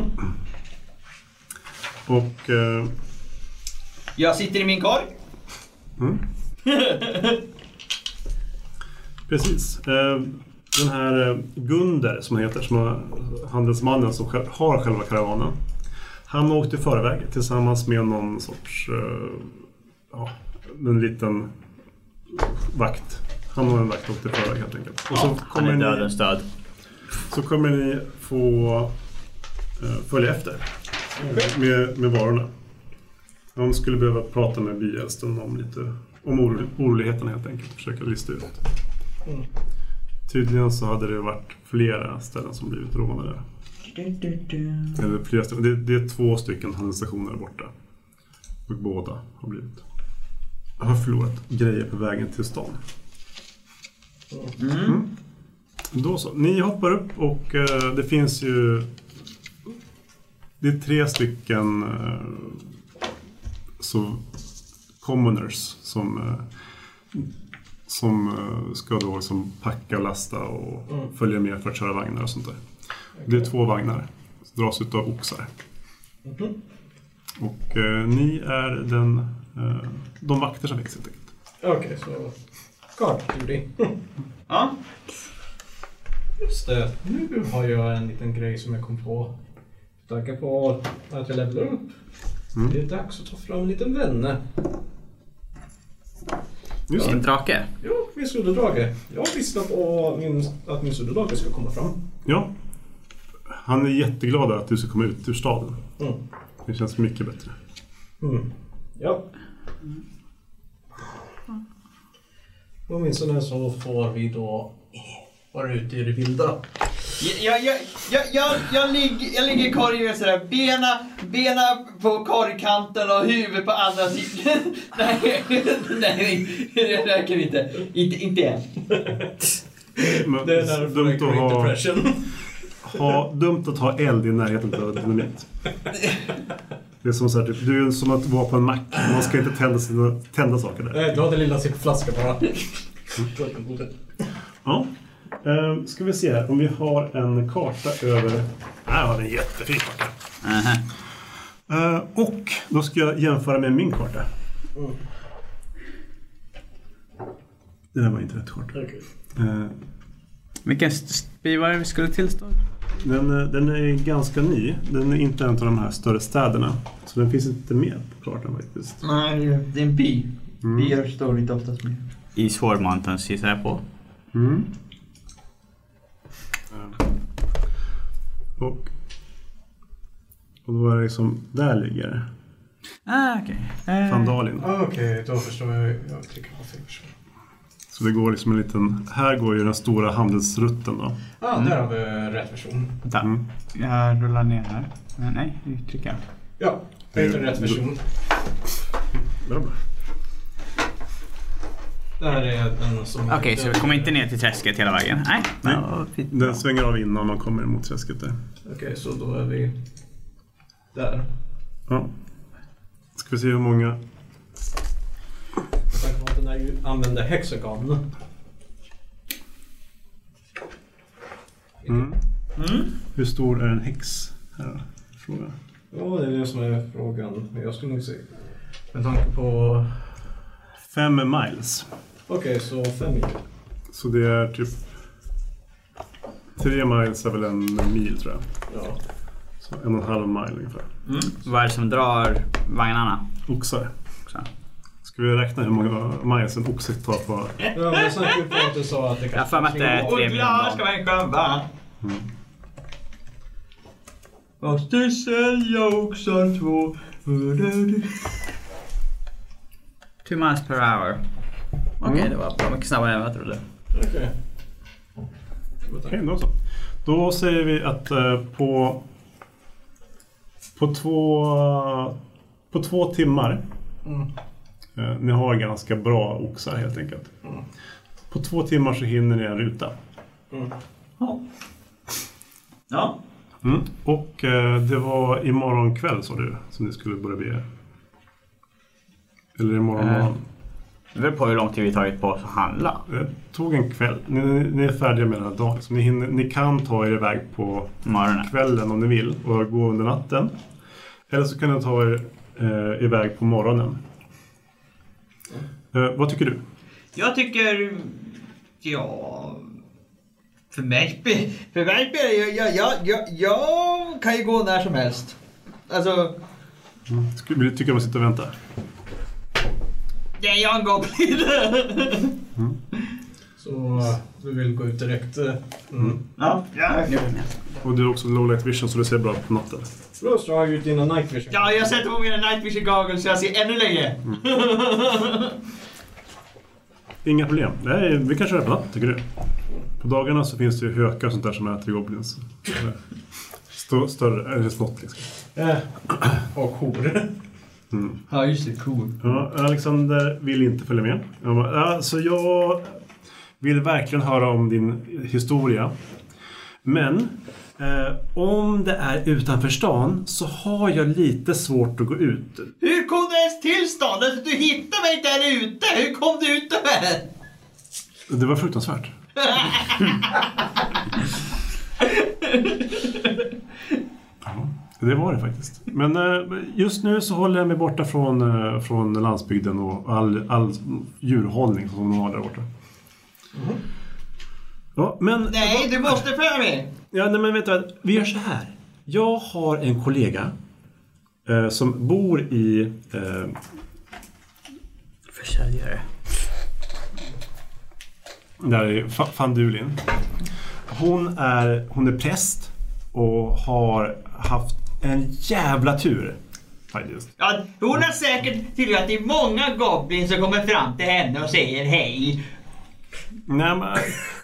Speaker 2: Och... Eh,
Speaker 5: Jag sitter i min korg.
Speaker 2: Precis. Eh, Den här eh, Gunder som han heter, som har- handelsmannen som själv- har själva karavanen. Han åkte i förväg tillsammans med någon sorts, eh, ja, en liten vakt. Han och en vakt åkte i förväg helt enkelt. Och så,
Speaker 3: Han är
Speaker 2: kommer ni,
Speaker 3: dödens stöd.
Speaker 2: så kommer ni få eh, följa efter eh, med, med varorna. De skulle behöva prata med byäldsten om lite om oro- oroligheterna helt enkelt. Försöka lista ut.
Speaker 5: Mm.
Speaker 2: Tydligen så hade det varit flera ställen som blivit rånade.
Speaker 5: Du, du, du.
Speaker 2: Eller flera stycken. Det, det är två stycken handelsstationer där borta. Och båda har blivit. Jag har förlorat grejer på vägen till stan. Mm. Då så. Ni hoppar upp och eh, det finns ju... Det är tre stycken eh, så commoners som, eh, som eh, ska då liksom packa, lasta och följa med för att köra vagnar och sånt där. Det är två vagnar som dras utav oxar. Och eh, ni är den, eh, de vakter som växer helt enkelt.
Speaker 4: Okej, så... Guard duty.
Speaker 5: Ja.
Speaker 4: Just det. Nu har jag en liten grej som jag kom på. Med tanke på att jag levlar upp.
Speaker 2: Mm.
Speaker 4: Det är dags att ta fram en liten vän.
Speaker 2: Just
Speaker 3: Sin
Speaker 2: det.
Speaker 3: drake.
Speaker 4: Ja, min sudderdrage. Jag har lyssnat på min, att min sudderdrage ska komma fram.
Speaker 2: Ja. Han är jätteglad att du ska komma ut ur staden.
Speaker 4: Mm.
Speaker 2: Det känns mycket bättre.
Speaker 4: Mm. Ja. Åtminstone så får vi då vara ute i det vilda.
Speaker 5: Jag, jag, jag, jag, jag, ligger, jag ligger i korgen och sådär, bena, bena på korgkanten och huvudet på andra sidan. nej, nej, det räcker inte. Inte, inte än.
Speaker 2: Men
Speaker 4: Det är därför
Speaker 2: dumt,
Speaker 4: jag
Speaker 2: att
Speaker 4: kom in
Speaker 2: ha,
Speaker 4: depression.
Speaker 2: ha, dumt att ha eld i närheten av dynamit. Det är som, så här, typ, du är som att vara på en mack. Man ska inte tända, sina, tända saker där.
Speaker 4: Nej, du hade lilla sippflaska bara.
Speaker 2: Mm. Ja. Eh, ska vi se här om vi har en karta över... Här har vi en jättefin karta. Eh, och då ska jag jämföra med min karta.
Speaker 4: Mm.
Speaker 2: Det där var inte rätt karta.
Speaker 4: Okej.
Speaker 2: Eh,
Speaker 3: Vilken by var det vi skulle tillstå?
Speaker 2: den, eh, den är ganska ny. Den är inte en av de här större städerna. Så den finns inte med på kartan faktiskt.
Speaker 5: Nej, det är en by. Byar står inte oftast med.
Speaker 3: I Swordmountains gissar jag på.
Speaker 2: Mm. Och, och då är det liksom, där ligger
Speaker 3: Ah, okej. Eh,
Speaker 2: Sandalin.
Speaker 4: Okej, då förstår jag. Jag klickar på fel person.
Speaker 2: Så det går liksom en liten, här går ju den stora handelsrutten då.
Speaker 4: Ah, där har vi rätt person.
Speaker 3: Vänta. Jag rullar ner här. Eh, Nej, nu trycker jag.
Speaker 4: Ja, jag hittade rätt person. Det här är en som...
Speaker 3: Okej, så vi kommer inte ner till träsket hela vägen? Nej.
Speaker 2: Nej.
Speaker 3: Ja, fint.
Speaker 2: Den svänger av innan man kommer mot träsket där.
Speaker 4: Okej, så då är vi där.
Speaker 2: Ja. Ska vi se hur många...
Speaker 4: Tack vare att den här ju använder hexagon.
Speaker 2: Mm. Hur stor är en häx? Här då? Fråga.
Speaker 4: Ja, det är det som är frågan. Men jag skulle nog säga... Med tanke på...
Speaker 2: Fem miles.
Speaker 4: Okej, så fem mil.
Speaker 2: Så det är typ... Tre miles är väl en mil tror jag.
Speaker 4: Ja.
Speaker 2: Så en och en halv mile ungefär.
Speaker 3: Vad är det som drar vagnarna?
Speaker 2: Oxar.
Speaker 3: Också?
Speaker 2: Ska vi räkna hur många miles en oxe tar på...
Speaker 4: Ja, men sen typ att du sa att det
Speaker 3: Jag har för mig att det är
Speaker 5: Och
Speaker 3: tre mil om
Speaker 5: glad ska
Speaker 3: dagen.
Speaker 5: människan vara. Måste sälja oxar två.
Speaker 3: Two miles per hour. Mm. Okej, det var bra mycket snabbare än vad jag trodde.
Speaker 4: Okej.
Speaker 2: Okej, då så. Då säger vi att eh, på, på, två, på två timmar,
Speaker 4: Mm.
Speaker 2: eh, ni har ganska bra oxar helt enkelt. På två timmar så hinner ni en ruta.
Speaker 5: Ja.
Speaker 2: Och eh, det var imorgon kväll sa du som ni skulle börja bege er. Eller imorgon
Speaker 3: Eh.
Speaker 2: morgon.
Speaker 3: Det beror på hur lång tid vi tagit på oss att handla.
Speaker 2: Det tog en kväll. Ni, ni- ni är färdiga med den här dagen. Så ni, hinner, ni kan ta er iväg på
Speaker 3: Morgonen.
Speaker 2: kvällen om ni vill och gå under natten. Eller så kan ni ta er eh, iväg på morgonen. Eh, vad tycker du?
Speaker 5: Jag tycker... Ja... För mig, spe- för mig spelar jag, jag, jag, jag, jag kan ju gå när som helst. Alltså,
Speaker 2: Skulle- Tycker du om att sitta och vänta?
Speaker 5: det är jag en goblin.
Speaker 4: Så du vill gå ut direkt? eh, Mm.
Speaker 5: ja, ja.
Speaker 2: Och du har också low light vision så du ser bra på natten.
Speaker 4: Plus, du har ju dina night vision.
Speaker 5: ja, jag sätter på mina night vision goggles så jag ser ännu längre.
Speaker 2: Inga problem. Nej, vi kan köra på natten tycker du. På dagarna så finns det ju hökar och sånt där som äter goblins. Stå, större, eller smått liksom.
Speaker 4: Eh, och hor.
Speaker 5: Ja, just det. Cool.
Speaker 2: Ja, Alexander vill inte följa med. Han bara, "Ja, så jag vill verkligen höra om din historia. Men eh, om det är utanför stan så har jag lite svårt att gå ut.
Speaker 5: Hur kom du ens till stan? Alltså, du hittade mig där ute! Hur kom du ut där?
Speaker 2: Det var fruktansvärt. Ja, Det var det faktiskt. Men eh, just nu så håller jag mig borta från, eh, från landsbygden och all, all djurhållning som de har där borta. Ja, men
Speaker 5: Nej, du måste följa med!
Speaker 2: Ja, nej, men vänta. Vi gör så här. Jag har en kollega eh, som bor i... Eh,
Speaker 3: Försäljare.
Speaker 2: där i Fa- Fandulin. Hon är, hon är präst och har haft en jävla tur. Faktiskt.
Speaker 5: Ja, hon har säkert tillgång till många goblins som kommer fram till henne och säger hej.
Speaker 2: Nej, men,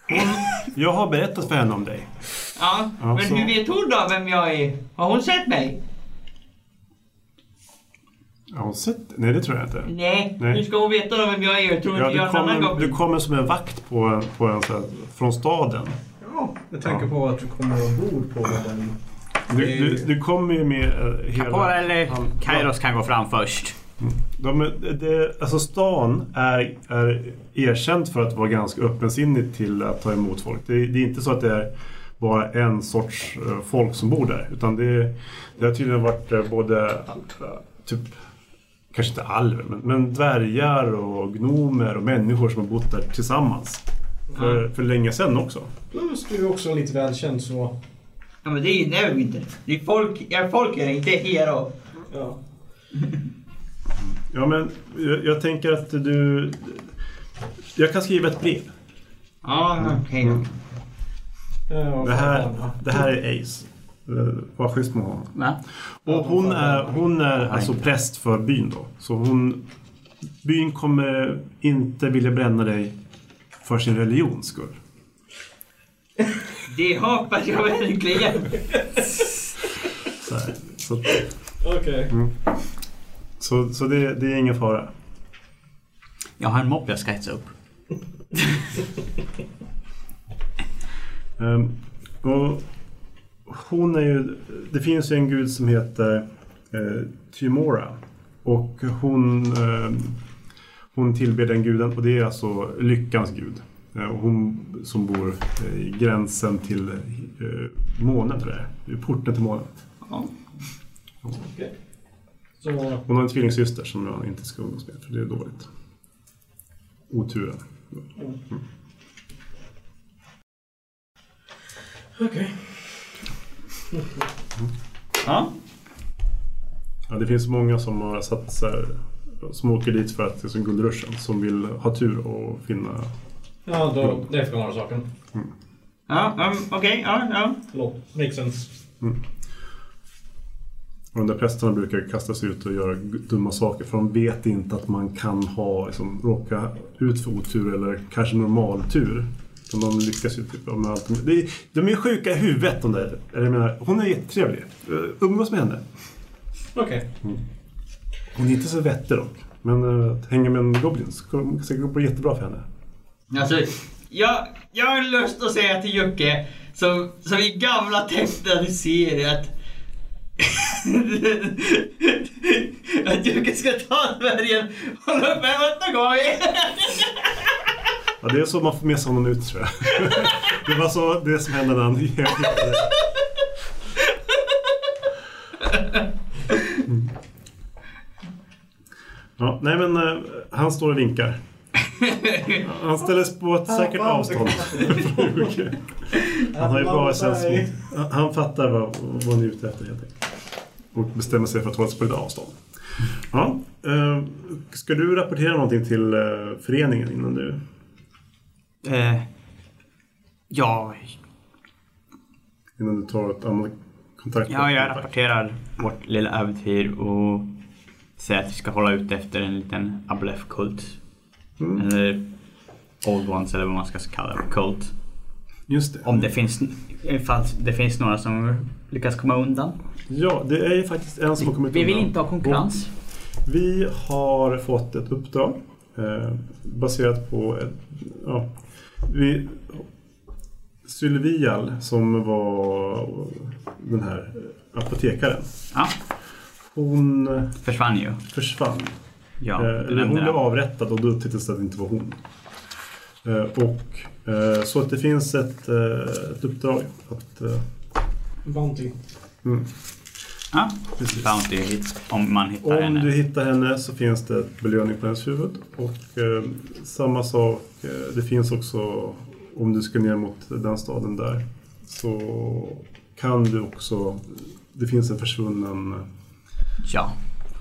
Speaker 2: hon, jag har berättat för henne om dig.
Speaker 5: Ja,
Speaker 2: Ja,
Speaker 5: men
Speaker 2: så.
Speaker 5: hur vet hon då vem jag är? Har hon sett mig?
Speaker 2: Har hon sett det? Nej, det tror jag inte.
Speaker 5: Nej,
Speaker 2: Nej.
Speaker 5: hur ska hon veta då vem jag är? Jag tror
Speaker 2: Ja,
Speaker 5: inte jag är
Speaker 2: du,
Speaker 5: en annan
Speaker 2: kommer,
Speaker 5: goblin.
Speaker 2: du kommer som en vakt på, på en, så här, från staden.
Speaker 4: Ja, med tanke på att du kommer ombord på Eh, den.
Speaker 2: Du, du, du kommer ju med eh, hela...
Speaker 3: Kapora eller Kairos kan gå fram först.
Speaker 2: De, är- det, alltså stan är, är erkänd för att vara ganska öppensinnig till att ta emot folk. Det, det är inte så att det är bara en sorts eh, folk som bor där. Utan det, det har tydligen varit eh, både, eh, typ, kanske inte alver, men, men dvärgar och gnomer och människor som har bott där tillsammans. För, för länge sedan också.
Speaker 4: Plus du är också lite välkänd så...
Speaker 5: Ja, men det gillar jag ju inte. Det är folk, jag är folk här, inte er. och-
Speaker 4: Ja.
Speaker 2: Ja, men jag, jag tänker att du... Jag kan skriva ett brev.
Speaker 5: Ja, okej då.
Speaker 4: Eh, och
Speaker 2: Det här,
Speaker 4: fan.
Speaker 2: det här är Ace. Eh, Var schysst mot honom.
Speaker 3: Va?
Speaker 2: Och hon är, hon är alltså präst för byn då. Så hon, byn kommer inte vilja bränna dig för sin religions skull.
Speaker 5: Det hoppas jag verkligen.
Speaker 2: Så, här. så,
Speaker 4: Okej.
Speaker 2: Mm. så, så det, det är ingen fara.
Speaker 3: Jag har en mopp jag ska hetsa upp.
Speaker 2: Ehm, och hon är ju, det finns ju en gud som heter uh, Tymora. Och hon, ehm, hon tillber den guden och det är alltså lyckans gud. Eh, och hon som bor eh, i gränsen till eh, månen tror jag I porten till månen.
Speaker 4: Så...
Speaker 2: Hon har en tvillingsyster som jag inte ska umgås med för det är dåligt. Oturen.
Speaker 4: Okej.
Speaker 3: Ja.
Speaker 2: Ja, det finns många som har satt så här, som åker dit för att det är som guldruschen som vill ha tur och finna
Speaker 4: Ja, då... Det förklarar saken.
Speaker 5: Ja, um, okej, ja, ja.
Speaker 4: Förlåt. Makes sense.
Speaker 2: Och de där prästerna brukar ju kasta sig ut och göra g- dumma saker för de vet inte att man kan ha, liksom, råka ut för otur eller kanske normaltur. Så de lyckas ju typ med allt. De, de är sjuka i huvudet de där. Eller Jag menar, hon är jättetrevlig. Eh, Umgås med henne.
Speaker 4: Okej.
Speaker 2: Hon är inte så vettig dock. Men eh, att hänga med en goblin så kommer det säkert gå jättebra för henne.
Speaker 5: Alltså, jag, jag har lust att säga till Jocke, som, som i gamla tecknade serier, att att Jocke ska ta dvärgen, hålla upp en gång.
Speaker 2: Ja, det är så man får med sig honom ut tror jag. Det var så det som hände när han Mm. Ja, nej men eh, han står och vinkar. Han ställs på ett säkert avstånd. från Jocke. han har ju bra essens mot- han- Han fattar vad, vad ni är ute efter helt enkelt. Och bestämmer sig för att hålla sig på lite avstånd. Ja, eh, ska du rapportera någonting till eh, föreningen innan du
Speaker 3: Eh, ja,
Speaker 2: Innan du tar ett annat kontakt.
Speaker 3: ja, jag rapporterar vårt lilla äventyr och säger att vi ska hålla ut efter en liten
Speaker 2: Mm.
Speaker 3: ablef-kult. Eller old ones eller vad man ska kalla det. Kult.
Speaker 2: Just det.
Speaker 3: Om det finns, ifall det finns några som lyckas komma undan.
Speaker 2: Ja, det är ju faktiskt en som har kommit
Speaker 3: Vi vill
Speaker 2: undan.
Speaker 3: inte ha konkurrens.
Speaker 2: Vi har fått ett uppdrag eh, baserat på ett, ja, vi, Sylvial som var den här apotekaren.
Speaker 3: Ja,
Speaker 2: Hon
Speaker 3: försvann ju.
Speaker 2: försvann.
Speaker 3: Ja,
Speaker 2: Eh,
Speaker 3: du
Speaker 2: eller hon
Speaker 3: nämnde
Speaker 2: blev
Speaker 3: det.
Speaker 2: avrättad och då upptäcktes det att det inte var hon. Eh, Och, eh, så att det finns ett, eh, ett uppdrag att eh, mm.
Speaker 4: Bounty.
Speaker 3: Ja,
Speaker 2: Precis.
Speaker 3: Bounty hit, om man hittar
Speaker 2: Om
Speaker 3: henne.
Speaker 2: du hittar henne så finns det ett belöning på hennes huvud. Och eh, samma sak, eh, det finns också om du ska ner mot den staden där så kan du också, det finns en försvunnen
Speaker 3: Ja,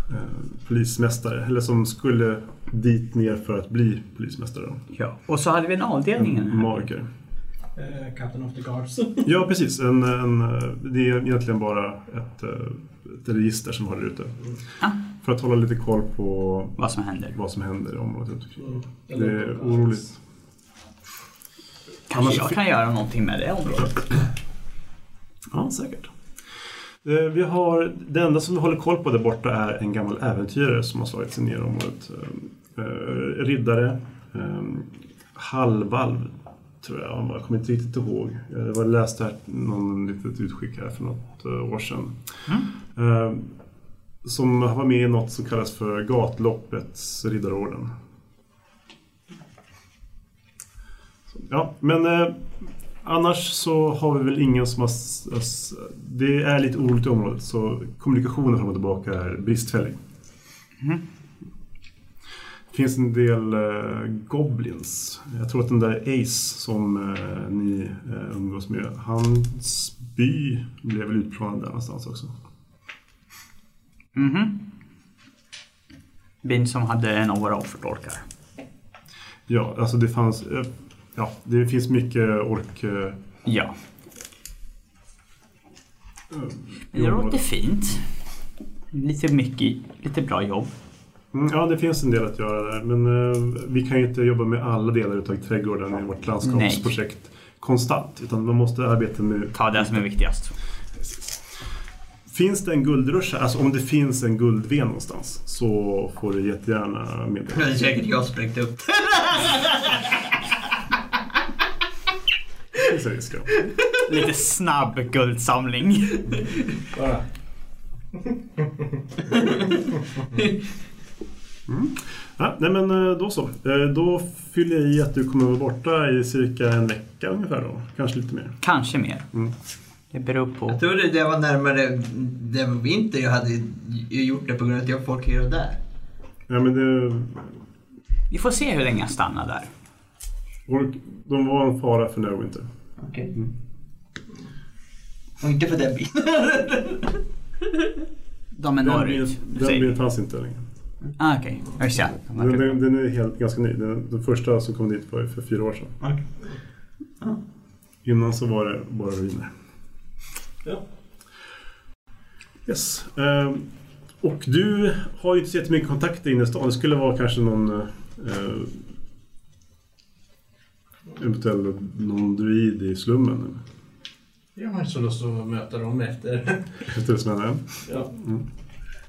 Speaker 2: eh, polismästare, eller som skulle dit ner för att bli polismästare. då.
Speaker 3: ja. Och så hade vi en avdelning
Speaker 2: En
Speaker 3: här.
Speaker 2: magiker.
Speaker 4: Eh, Captain of the Guards.
Speaker 2: Ja precis, en, en, eh, det är egentligen bara ett, eh, ett register som har det ute.
Speaker 3: Ja.
Speaker 2: För att hålla lite koll på
Speaker 3: Vad som händer.
Speaker 2: vad som händer i området runt omkring.
Speaker 4: Mm.
Speaker 2: Det är oroligt.
Speaker 3: Kanske
Speaker 2: Annars-
Speaker 3: jag kan göra någonting med det området.
Speaker 2: Ja, säkert. Eh, Vi har, det enda som vi håller koll på där borta är en gammal äventyrare som har slagit sig ner i området. Eh, eh, Riddare, eh, halvalv tror jag han var. Jag kommer inte riktigt ihåg. Eh, Det var jag läste här någon litet utskick här för något eh, år sedan. Eh, Som var med i något som kallas för Gatloppets riddarorden. Så, Ja, men eh, Annars så har vi väl ingen som har... s- s- Det är lite oroligt i området så kommunikationen fram och tillbaka är bristfällig. Det finns en del eh, goblins. Jag tror att den där Ace som eh, ni eh, umgås med, hans by blev väl utplånad där någonstans också.
Speaker 3: Mhm. Bin som hade en av våra offertorkar.
Speaker 2: Ja, alltså det fanns... eh, Ja, det finns mycket ork... eh,
Speaker 3: Ja.
Speaker 2: i
Speaker 3: Det låter
Speaker 2: området.
Speaker 3: fint. Lite mycket, lite bra jobb.
Speaker 2: Mm, Ja, det finns en del att göra där. Men eh, vi kan ju inte jobba med alla delar utav trädgården i vårt landskapsprojekt konstant. Utan man måste arbeta med...
Speaker 3: Ta den som är viktigast.
Speaker 2: Finns det en guldrusch, här, alltså om det finns en guldven någonstans, så får du jättegärna meddela.
Speaker 5: Det är säkert jag som sprängde upp.
Speaker 2: Det finns en risk, ja.
Speaker 3: Lite snabb guldsamling.
Speaker 4: Bara.
Speaker 2: ja, Nej men eh, då så. Eh, Då fyller jag i att du kommer vara borta i cirka en vecka ungefär då. Kanske lite mer.
Speaker 3: Kanske mer.
Speaker 2: Mm.
Speaker 3: Det beror på.
Speaker 5: Jag trodde det var närmare det var vinter jag hade gjort det på grund av att jag har folk här och där.
Speaker 2: Ja, men det,
Speaker 3: Vi får se hur länge jag stannar där.
Speaker 2: ork, de var en fara för Nowinter.
Speaker 5: Okej. Och inte för den biten.
Speaker 3: De är
Speaker 2: Den byn-
Speaker 3: norrut.
Speaker 2: den
Speaker 3: säger vi.
Speaker 2: byn fanns inte längre.
Speaker 3: Ah, Okej, okay. just ja. De har
Speaker 2: Den,
Speaker 3: typ-
Speaker 2: den, den är helt, ganska ny. Den, den första som kom dit var ju för fyra år sedan.
Speaker 5: Okej. Ja.
Speaker 2: Innan så var det bara ruiner.
Speaker 4: Ja.
Speaker 2: Yes. Ehm, och du har ju inte så jättemycket kontakter inne i stan. Det skulle vara kanske någon eh, eventuell någon druid i slummen.
Speaker 4: Jag har inte så lust att möta dem efter.
Speaker 2: Efter det som hände.
Speaker 4: Ja.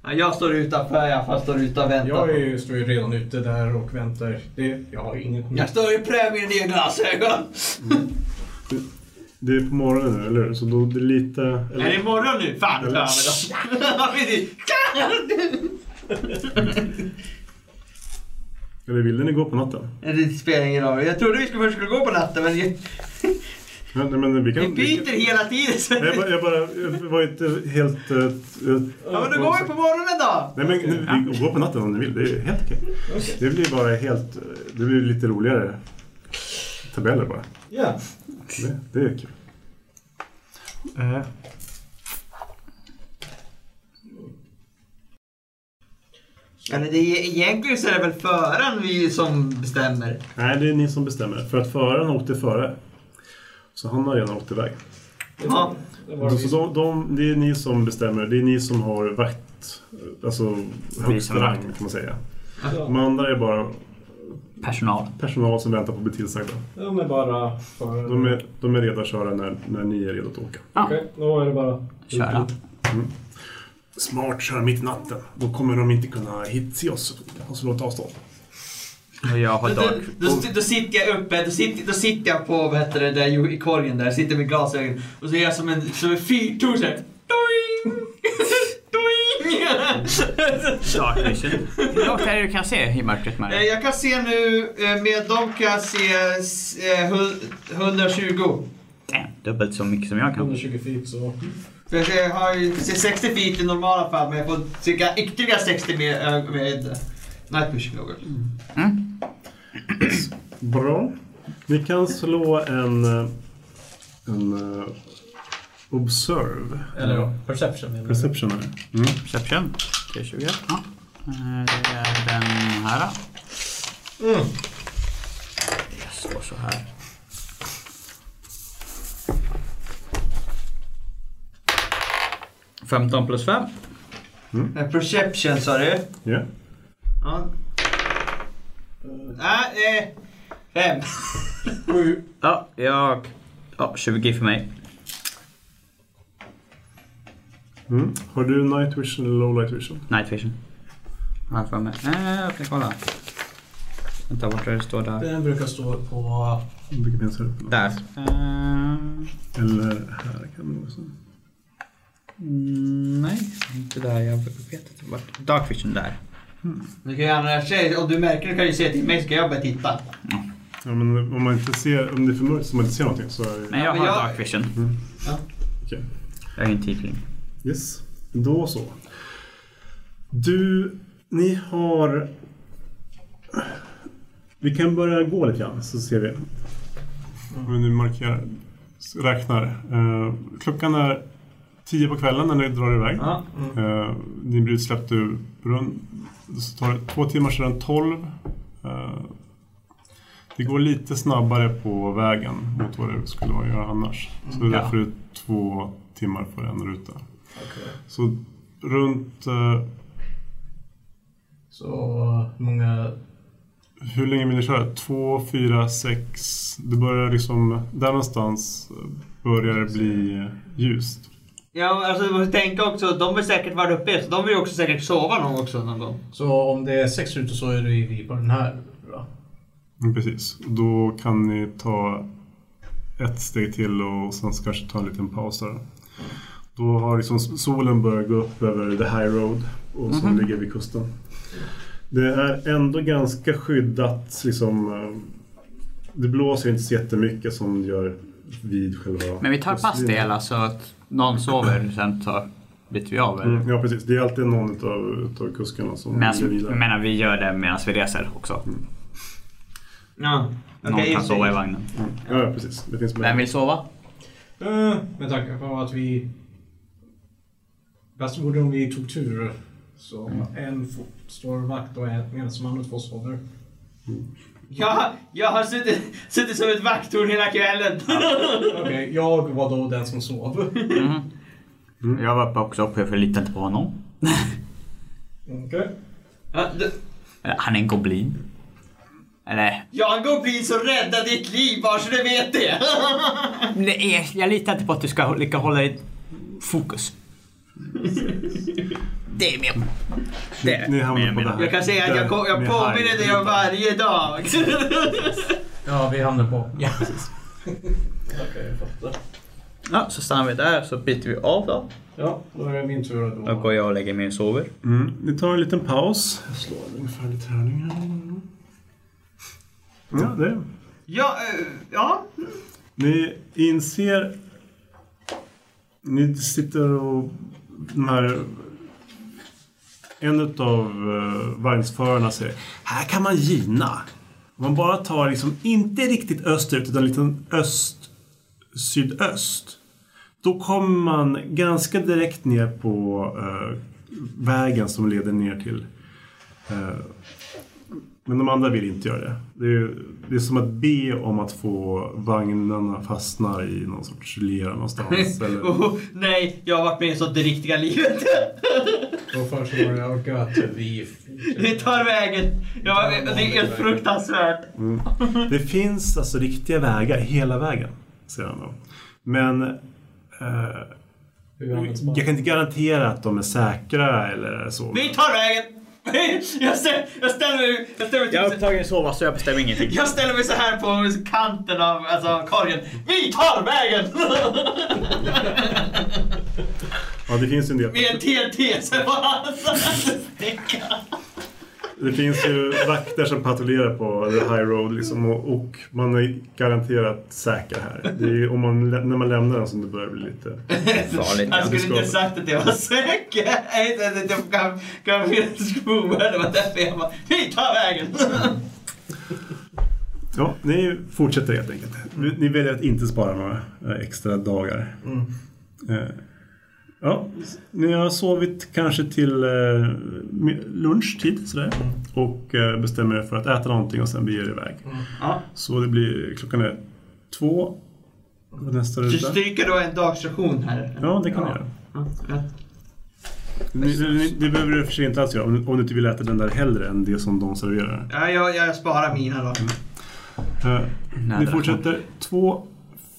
Speaker 5: Ja, jag står utanför, jag fast står ute och väntar.
Speaker 4: Jag är, ju- står ju redan ute där och väntar. Det, jag har ingen
Speaker 5: jag
Speaker 4: kontakt.
Speaker 5: står i prövningen i glasögon.
Speaker 2: Det är på morgonen nu, eller hur? Så då det är lite... Eller,
Speaker 5: Är det morgon nu? Fan,
Speaker 2: Eller-
Speaker 5: klar med dem.
Speaker 2: eller ville ni gå på natten?
Speaker 5: Det spelar ingen roll. Jag trodde vi skulle först skulle gå på natten men vi-
Speaker 2: Nej, nej, men vi kan...
Speaker 5: vi byter hela tiden. Så...
Speaker 2: Jag bara, jag bara jag var inte helt... eh, eh,
Speaker 5: Ja men då går vi på morgonen då.
Speaker 2: Nej men nu, vi går på natten om ni vill, det är helt okej. Det blir bara helt... eh, Det blir lite roligare tabeller bara.
Speaker 4: Ja.
Speaker 2: Det, det är kul.
Speaker 3: Eh,
Speaker 5: Eller det är, egentligen så är det väl föraren vi som bestämmer.
Speaker 2: Nej, det är ni som bestämmer. För att föraren åkte före. Så han har redan åkt iväg.
Speaker 5: Ja.
Speaker 4: Det var
Speaker 2: Så de, de, det är ni som bestämmer. Det är ni som har vakt. Alltså högst
Speaker 3: som
Speaker 2: rang
Speaker 3: vakter.
Speaker 2: kan man säga.
Speaker 4: Ja.
Speaker 2: De andra är bara
Speaker 3: personal.
Speaker 2: personal som väntar på att bli tillsagda.
Speaker 6: De är bara för...
Speaker 2: De är, de är redo att köra när, när ni är redo att åka.
Speaker 6: Okej, då är det bara...
Speaker 3: Köra.
Speaker 2: Smart, kör mitt i natten. Då kommer de inte kunna hit, se oss och så långt avstånd.
Speaker 3: Och jag har
Speaker 5: Då,
Speaker 3: dark.
Speaker 5: då, då, då sitter jag uppe, då sitter, då sitter jag på vad heter det, där, ju- i korgen där, sitter med glasögon och så är jag som en, som en fyrtorn såhär. Doing! Doing!
Speaker 3: Dark vision. Hur långt är det du kan se i mörkret
Speaker 5: Eh,
Speaker 3: med
Speaker 5: Jag kan se nu, eh, med dem kan jag se eh, hu- 120.
Speaker 3: Damn, dubbelt så mycket som jag kan.
Speaker 6: 120 feet så...
Speaker 5: För jag har ju se 60 feet i normala fall men jag får cirka ytterligare 60 med, eh, med night vision goggles.
Speaker 3: Mm.
Speaker 2: Bra. Ni kan slå en... eh, En... eh, Observe.
Speaker 6: Eller då? Perception menar du?
Speaker 2: Perception är det. Mm.
Speaker 3: Perception. T20. Ja. Eh, Det är den här. Jag slår så här. Femton plus fem.
Speaker 5: Eh, Perception sa du?
Speaker 2: Ja.
Speaker 5: Ja. Nej, eh, fem.
Speaker 3: Ja, jag... Ja, 20 för mig.
Speaker 2: Mm. Har du night vision eller low light vision?
Speaker 3: Night vision. Har jag för mig. Nej, jag kan kolla. Vänta, vart är det står där?
Speaker 6: Den brukar stå på...
Speaker 2: Vilket finns här uppe?
Speaker 3: Där. Eh,
Speaker 2: Eller här kan det också.
Speaker 3: mm, nej, inte där. Jag vet inte vart. Dark vision där.
Speaker 5: Du kan gärna säga, om du märker det kan du säga till mig så kan jag börja titta.
Speaker 2: Ja, men om man inte ser... Om det är för mörkt så man inte ser någonting så är det...
Speaker 3: Men jag
Speaker 5: men
Speaker 3: har
Speaker 5: jag-
Speaker 3: dark vision.
Speaker 5: Ja.
Speaker 2: Okej.
Speaker 3: Jag är en tiefling.
Speaker 2: Yes, då så. Du, ni har... Vi kan börja gå lite grann så ser vi. Men nu markerar, räknar. Eh, klockan är tio på kvällen när ni drar iväg.
Speaker 6: Ja.
Speaker 2: Eh, ni blir utsläppta ur brunn. Så tar det två timmar sedan tolv. Eh, det går lite snabbare på vägen mot vad det skulle vara att göra annars. Så det är
Speaker 3: Ja.
Speaker 2: därför det är två timmar för en ruta. Så runt... eh,
Speaker 6: Så hur många...
Speaker 2: hur länge vill ni köra? Två, fyra, sex... Det börjar liksom... Där någonstans eh, börjar det bli ljust.
Speaker 5: Ja, alltså du måste tänka också, de är säkert varit uppe så de vill ju också säkert sova någon också någon gång.
Speaker 6: Så om det är sex rutor så är det vi på den här då?
Speaker 2: Mm, Precis. Och Då kan ni ta ett steg till och sen så kanske ta en liten paus där. Då har liksom solen börjat gå upp över the high road och
Speaker 3: Mhm.
Speaker 2: som ligger vid kusten. Det är ändå ganska skyddat. Liksom, eh, det blåser inte så jättemycket som det gör vid själva...
Speaker 3: Men vi tar pass
Speaker 2: kustlinjen.
Speaker 3: det hela så att någon sover sen tar, byter vi av. eller?
Speaker 2: Mm, ja, precis. Det är alltid någon utav, utav kuskarna som
Speaker 3: Medan,
Speaker 2: ligger
Speaker 3: jag
Speaker 2: vidare.
Speaker 3: menar, vi gör det medan vi reser också.
Speaker 5: Ja.
Speaker 3: Någon
Speaker 5: Okej,
Speaker 3: kan
Speaker 5: just det.
Speaker 3: sova i vagnen.
Speaker 2: Ja, ja, precis. Det finns
Speaker 3: Mm. Vem
Speaker 2: med.
Speaker 3: vill sova?
Speaker 6: Eh, med tanke på att vi... Bäst vore om vi tog tur. Så
Speaker 2: Mm.
Speaker 6: en får- står vakt och en medan de andra två sover.
Speaker 5: Jag, jag har suttit, suttit som ett vakttorn hela kvällen.
Speaker 6: Okej, jag var då den som sov.
Speaker 3: Jag var uppe också uppe för jag litar inte på honom.
Speaker 6: Okej.
Speaker 5: Ja, du-
Speaker 3: Eh, Han är en goblin. Eller,
Speaker 5: Jag går bli så rädda ditt liv bara så du vet det.
Speaker 3: nej, jag litar inte på att du ska lyckas hålla ditt fokus. Det är mer... Det är
Speaker 2: Ni hamnar
Speaker 3: mer
Speaker 2: på det
Speaker 3: mina-
Speaker 2: här.
Speaker 5: Jag kan säga att jag, ko- jag
Speaker 2: Med
Speaker 5: påminner
Speaker 2: high-
Speaker 5: dig om varje dag.
Speaker 6: Ja, vi hamnar på. Ja, precis. Okej, jag fattar.
Speaker 3: Ja, så stannar vi där så byter vi av då.
Speaker 6: Ja, då är det min tur att
Speaker 3: Då
Speaker 6: då.
Speaker 3: går jag och lägger mig och sover.
Speaker 2: Mm. Ni tar en liten paus. Jag slår ungefär lite tärning här. Ja, det.
Speaker 5: Ja, eh, ja.
Speaker 2: Ni inser... Ni sitter och... De här... En utav uh, vagnsförarna säger Här kan man gina. Om man bara tar liksom inte riktigt österut utan lite öst... Sydöst. Då kommer man ganska direkt ner på eh, vägen som leder ner till eh, Men de andra vill inte göra det. Det är, ju- det är som att be om att få vagnarna fastnar i någon sorts lera någonstans. Eller,
Speaker 5: Oh, nej, jag har varit med i sånt i riktiga livet.
Speaker 4: Då föreslår jag att vi...
Speaker 5: Det tar vägen. Jag, det är helt fruktansvärt.
Speaker 2: det finns alltså riktiga vägar hela vägen, säger han då. Men eh,
Speaker 6: Hur används
Speaker 2: jag
Speaker 6: man?
Speaker 2: kan inte garantera att de är säkra eller så.
Speaker 5: Vi tar vägen. Jag ställer, jag ställer mig... Jag ställer mig
Speaker 3: Jag är upptagen i sova så jag bestämmer ingenting.
Speaker 5: Jag ställer mig så här på kanten av alltså, korgen. Vi tar vägen!
Speaker 2: Ja, det finns ju en del.
Speaker 5: Med en TNT så bara... Sticka.
Speaker 2: Det finns ju vakter som patrullerar på the high road liksom, och, och man är garanterat säker här. Det är, ju om man, lä- när man lämnar den som det börjar bli lite...
Speaker 3: Farligt.
Speaker 5: Han
Speaker 2: det
Speaker 5: skulle
Speaker 2: ska
Speaker 5: inte ha
Speaker 2: vi.
Speaker 5: sagt att jag var säker. Nej, det- det- det kan- Kan finnas prover. Det var därför jag bara... Vi tar vägen!
Speaker 2: Ja, ni fortsätter helt enkelt. Ni- Ni väljer att inte spara några eh, extra dagar. Eh, Ja, s- ni har sovit kanske till eh, mi- lunchtid sådär, och eh, bestämmer er för att äta någonting och sen beger er iväg.
Speaker 5: Ja.
Speaker 2: Så det blir klockan är två. Nästa
Speaker 5: Du
Speaker 2: ruta.
Speaker 5: stryker då en dagstation här.
Speaker 2: Ja, det kan ni göra.
Speaker 5: Ja, ja.
Speaker 2: Ni- ni- ni- Det behöver du för sig inte alls göra om om du inte vill äta den där hellre än det som de serverar.
Speaker 5: Ja, jag, jag sparar mina då.
Speaker 2: Eh, Ni
Speaker 3: det-
Speaker 2: fortsätter två,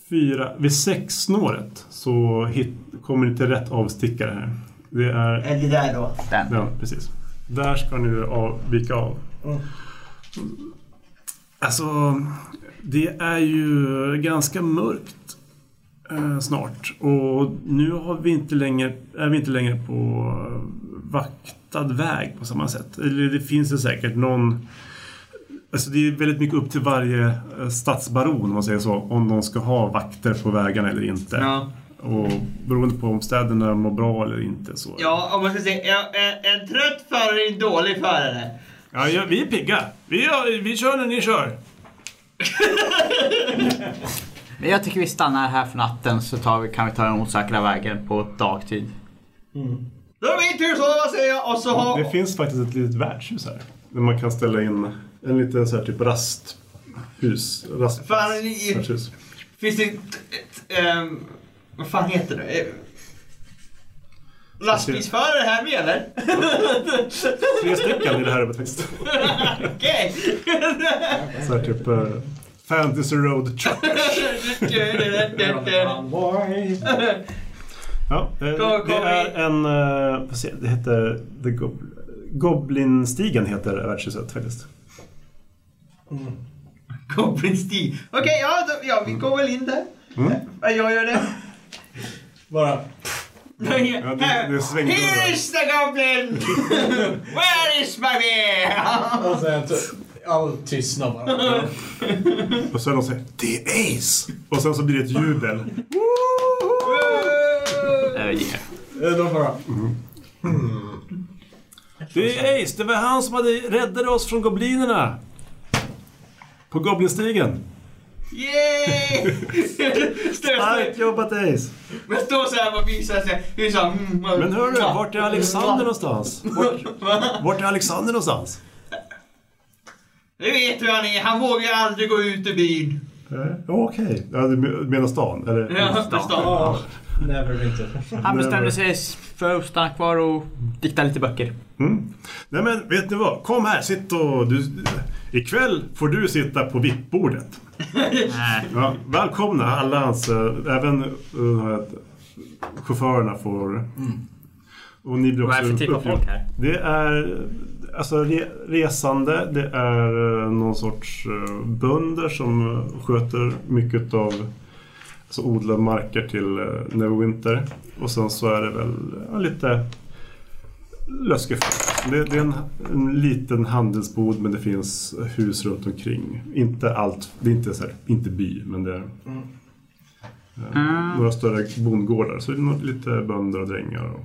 Speaker 2: fyra, vid sexsnåret så hit, kommer ni till rätt avstickare här. Det är,
Speaker 5: Eller Eh, där då.
Speaker 3: Den.
Speaker 2: ja precis. Där ska ni av, vika av.
Speaker 5: Mm.
Speaker 2: Alltså, det är ju ganska mörkt eh, snart och nu har vi inte längre, är vi inte längre på eh, vaktad väg på samma sätt. Eller det finns det säkert någon Alltså det är väldigt mycket upp till varje eh, stadsbaron om man säger så, om de ska ha vakter på vägarna eller inte.
Speaker 5: Ja.
Speaker 2: Och beroende på om städerna mår bra eller inte. Så.
Speaker 5: Ja, om man ska säga ja, en, en trött förare är en dålig förare.
Speaker 2: Ja, ja, vi är pigga. Vi, gör- vi kör när ni kör.
Speaker 3: Men jag tycker vi stannar här för natten så tar vi, kan vi ta den osäkra vägen på dagtid.
Speaker 5: Då är det min tur att sova säger jag och så
Speaker 2: Det
Speaker 5: har...
Speaker 2: finns faktiskt ett litet värdshus här. Där man kan ställa in en liten så här typ rasthus. Rastplats.
Speaker 5: Fan, i-
Speaker 2: Värdshus.
Speaker 5: Finns det... ett- ehm, vad fan heter det? Eh, Lastbilsförare här med eller?
Speaker 2: Tre stycken i det här faktiskt.
Speaker 5: Okej!
Speaker 2: Så här typ eh, Fantasy Road Truck.
Speaker 6: Boy.
Speaker 2: Ja, eh,
Speaker 5: Kom-
Speaker 2: det
Speaker 5: kom
Speaker 2: är en, eh, vad säger, jag, det heter The Gob- Goblinstigen heter värdshuset faktiskt.
Speaker 5: Goblinsstig. Okej, ja, då, ja, vi går väl in där.
Speaker 2: Mm.
Speaker 5: Ja, jag gör det.
Speaker 6: Bara.
Speaker 2: Ja, det- det är svängdörrar.
Speaker 5: Here's the goblin! Where is my beer?
Speaker 6: Och sen så- all tystnad bara.
Speaker 2: Och så är de så här, det är Ace! Och sen så blir det ett jubel.
Speaker 3: Eh, yeah.
Speaker 6: De bara.
Speaker 2: Det är Ace, det var han som hade räddade oss från goblinerna. På Goblinstigen.
Speaker 5: Yay!
Speaker 2: Starkt jobbat Ace!
Speaker 5: Men står så här och visar sig. Vi sa, mm,
Speaker 2: Men hörru, vart är Alexander någonstans? Vart, vart är Alexander någonstans?
Speaker 5: Du vet hur han är. Han vågar ju aldrig gå ut ur byn.
Speaker 2: Eh, Okej, ja, du menar stan? Eller?
Speaker 5: Ja, på stan.
Speaker 6: Ja. Ah, Never winter.
Speaker 3: Han bestämde sig för att stanna kvar och dikta lite böcker.
Speaker 2: Mm. Nej men vet ni vad? Kom här, sitt och... Du, ikväll får du sitta på vippbordet.
Speaker 3: Nej.
Speaker 2: Ja, välkomna alla hans, eh, även eh, chaufförerna får... Och ni blir
Speaker 3: Vad
Speaker 2: också
Speaker 3: är det för typ av
Speaker 2: uppgjord.
Speaker 3: folk här?
Speaker 2: Det är eh, alltså, re, resande, det är eh, någon sorts eh, bönder som eh, sköter mycket av alltså, odlar marker till eh, Neverwinter. Och sen så är det väl ja, lite löskefolk. Det, det är en, en liten handelsbod men det finns hus runt omkring. Inte allt, det är inte, så här, inte by men det är eh, några större bondgårdar. Så det är nog lite bönder och drängar. Och,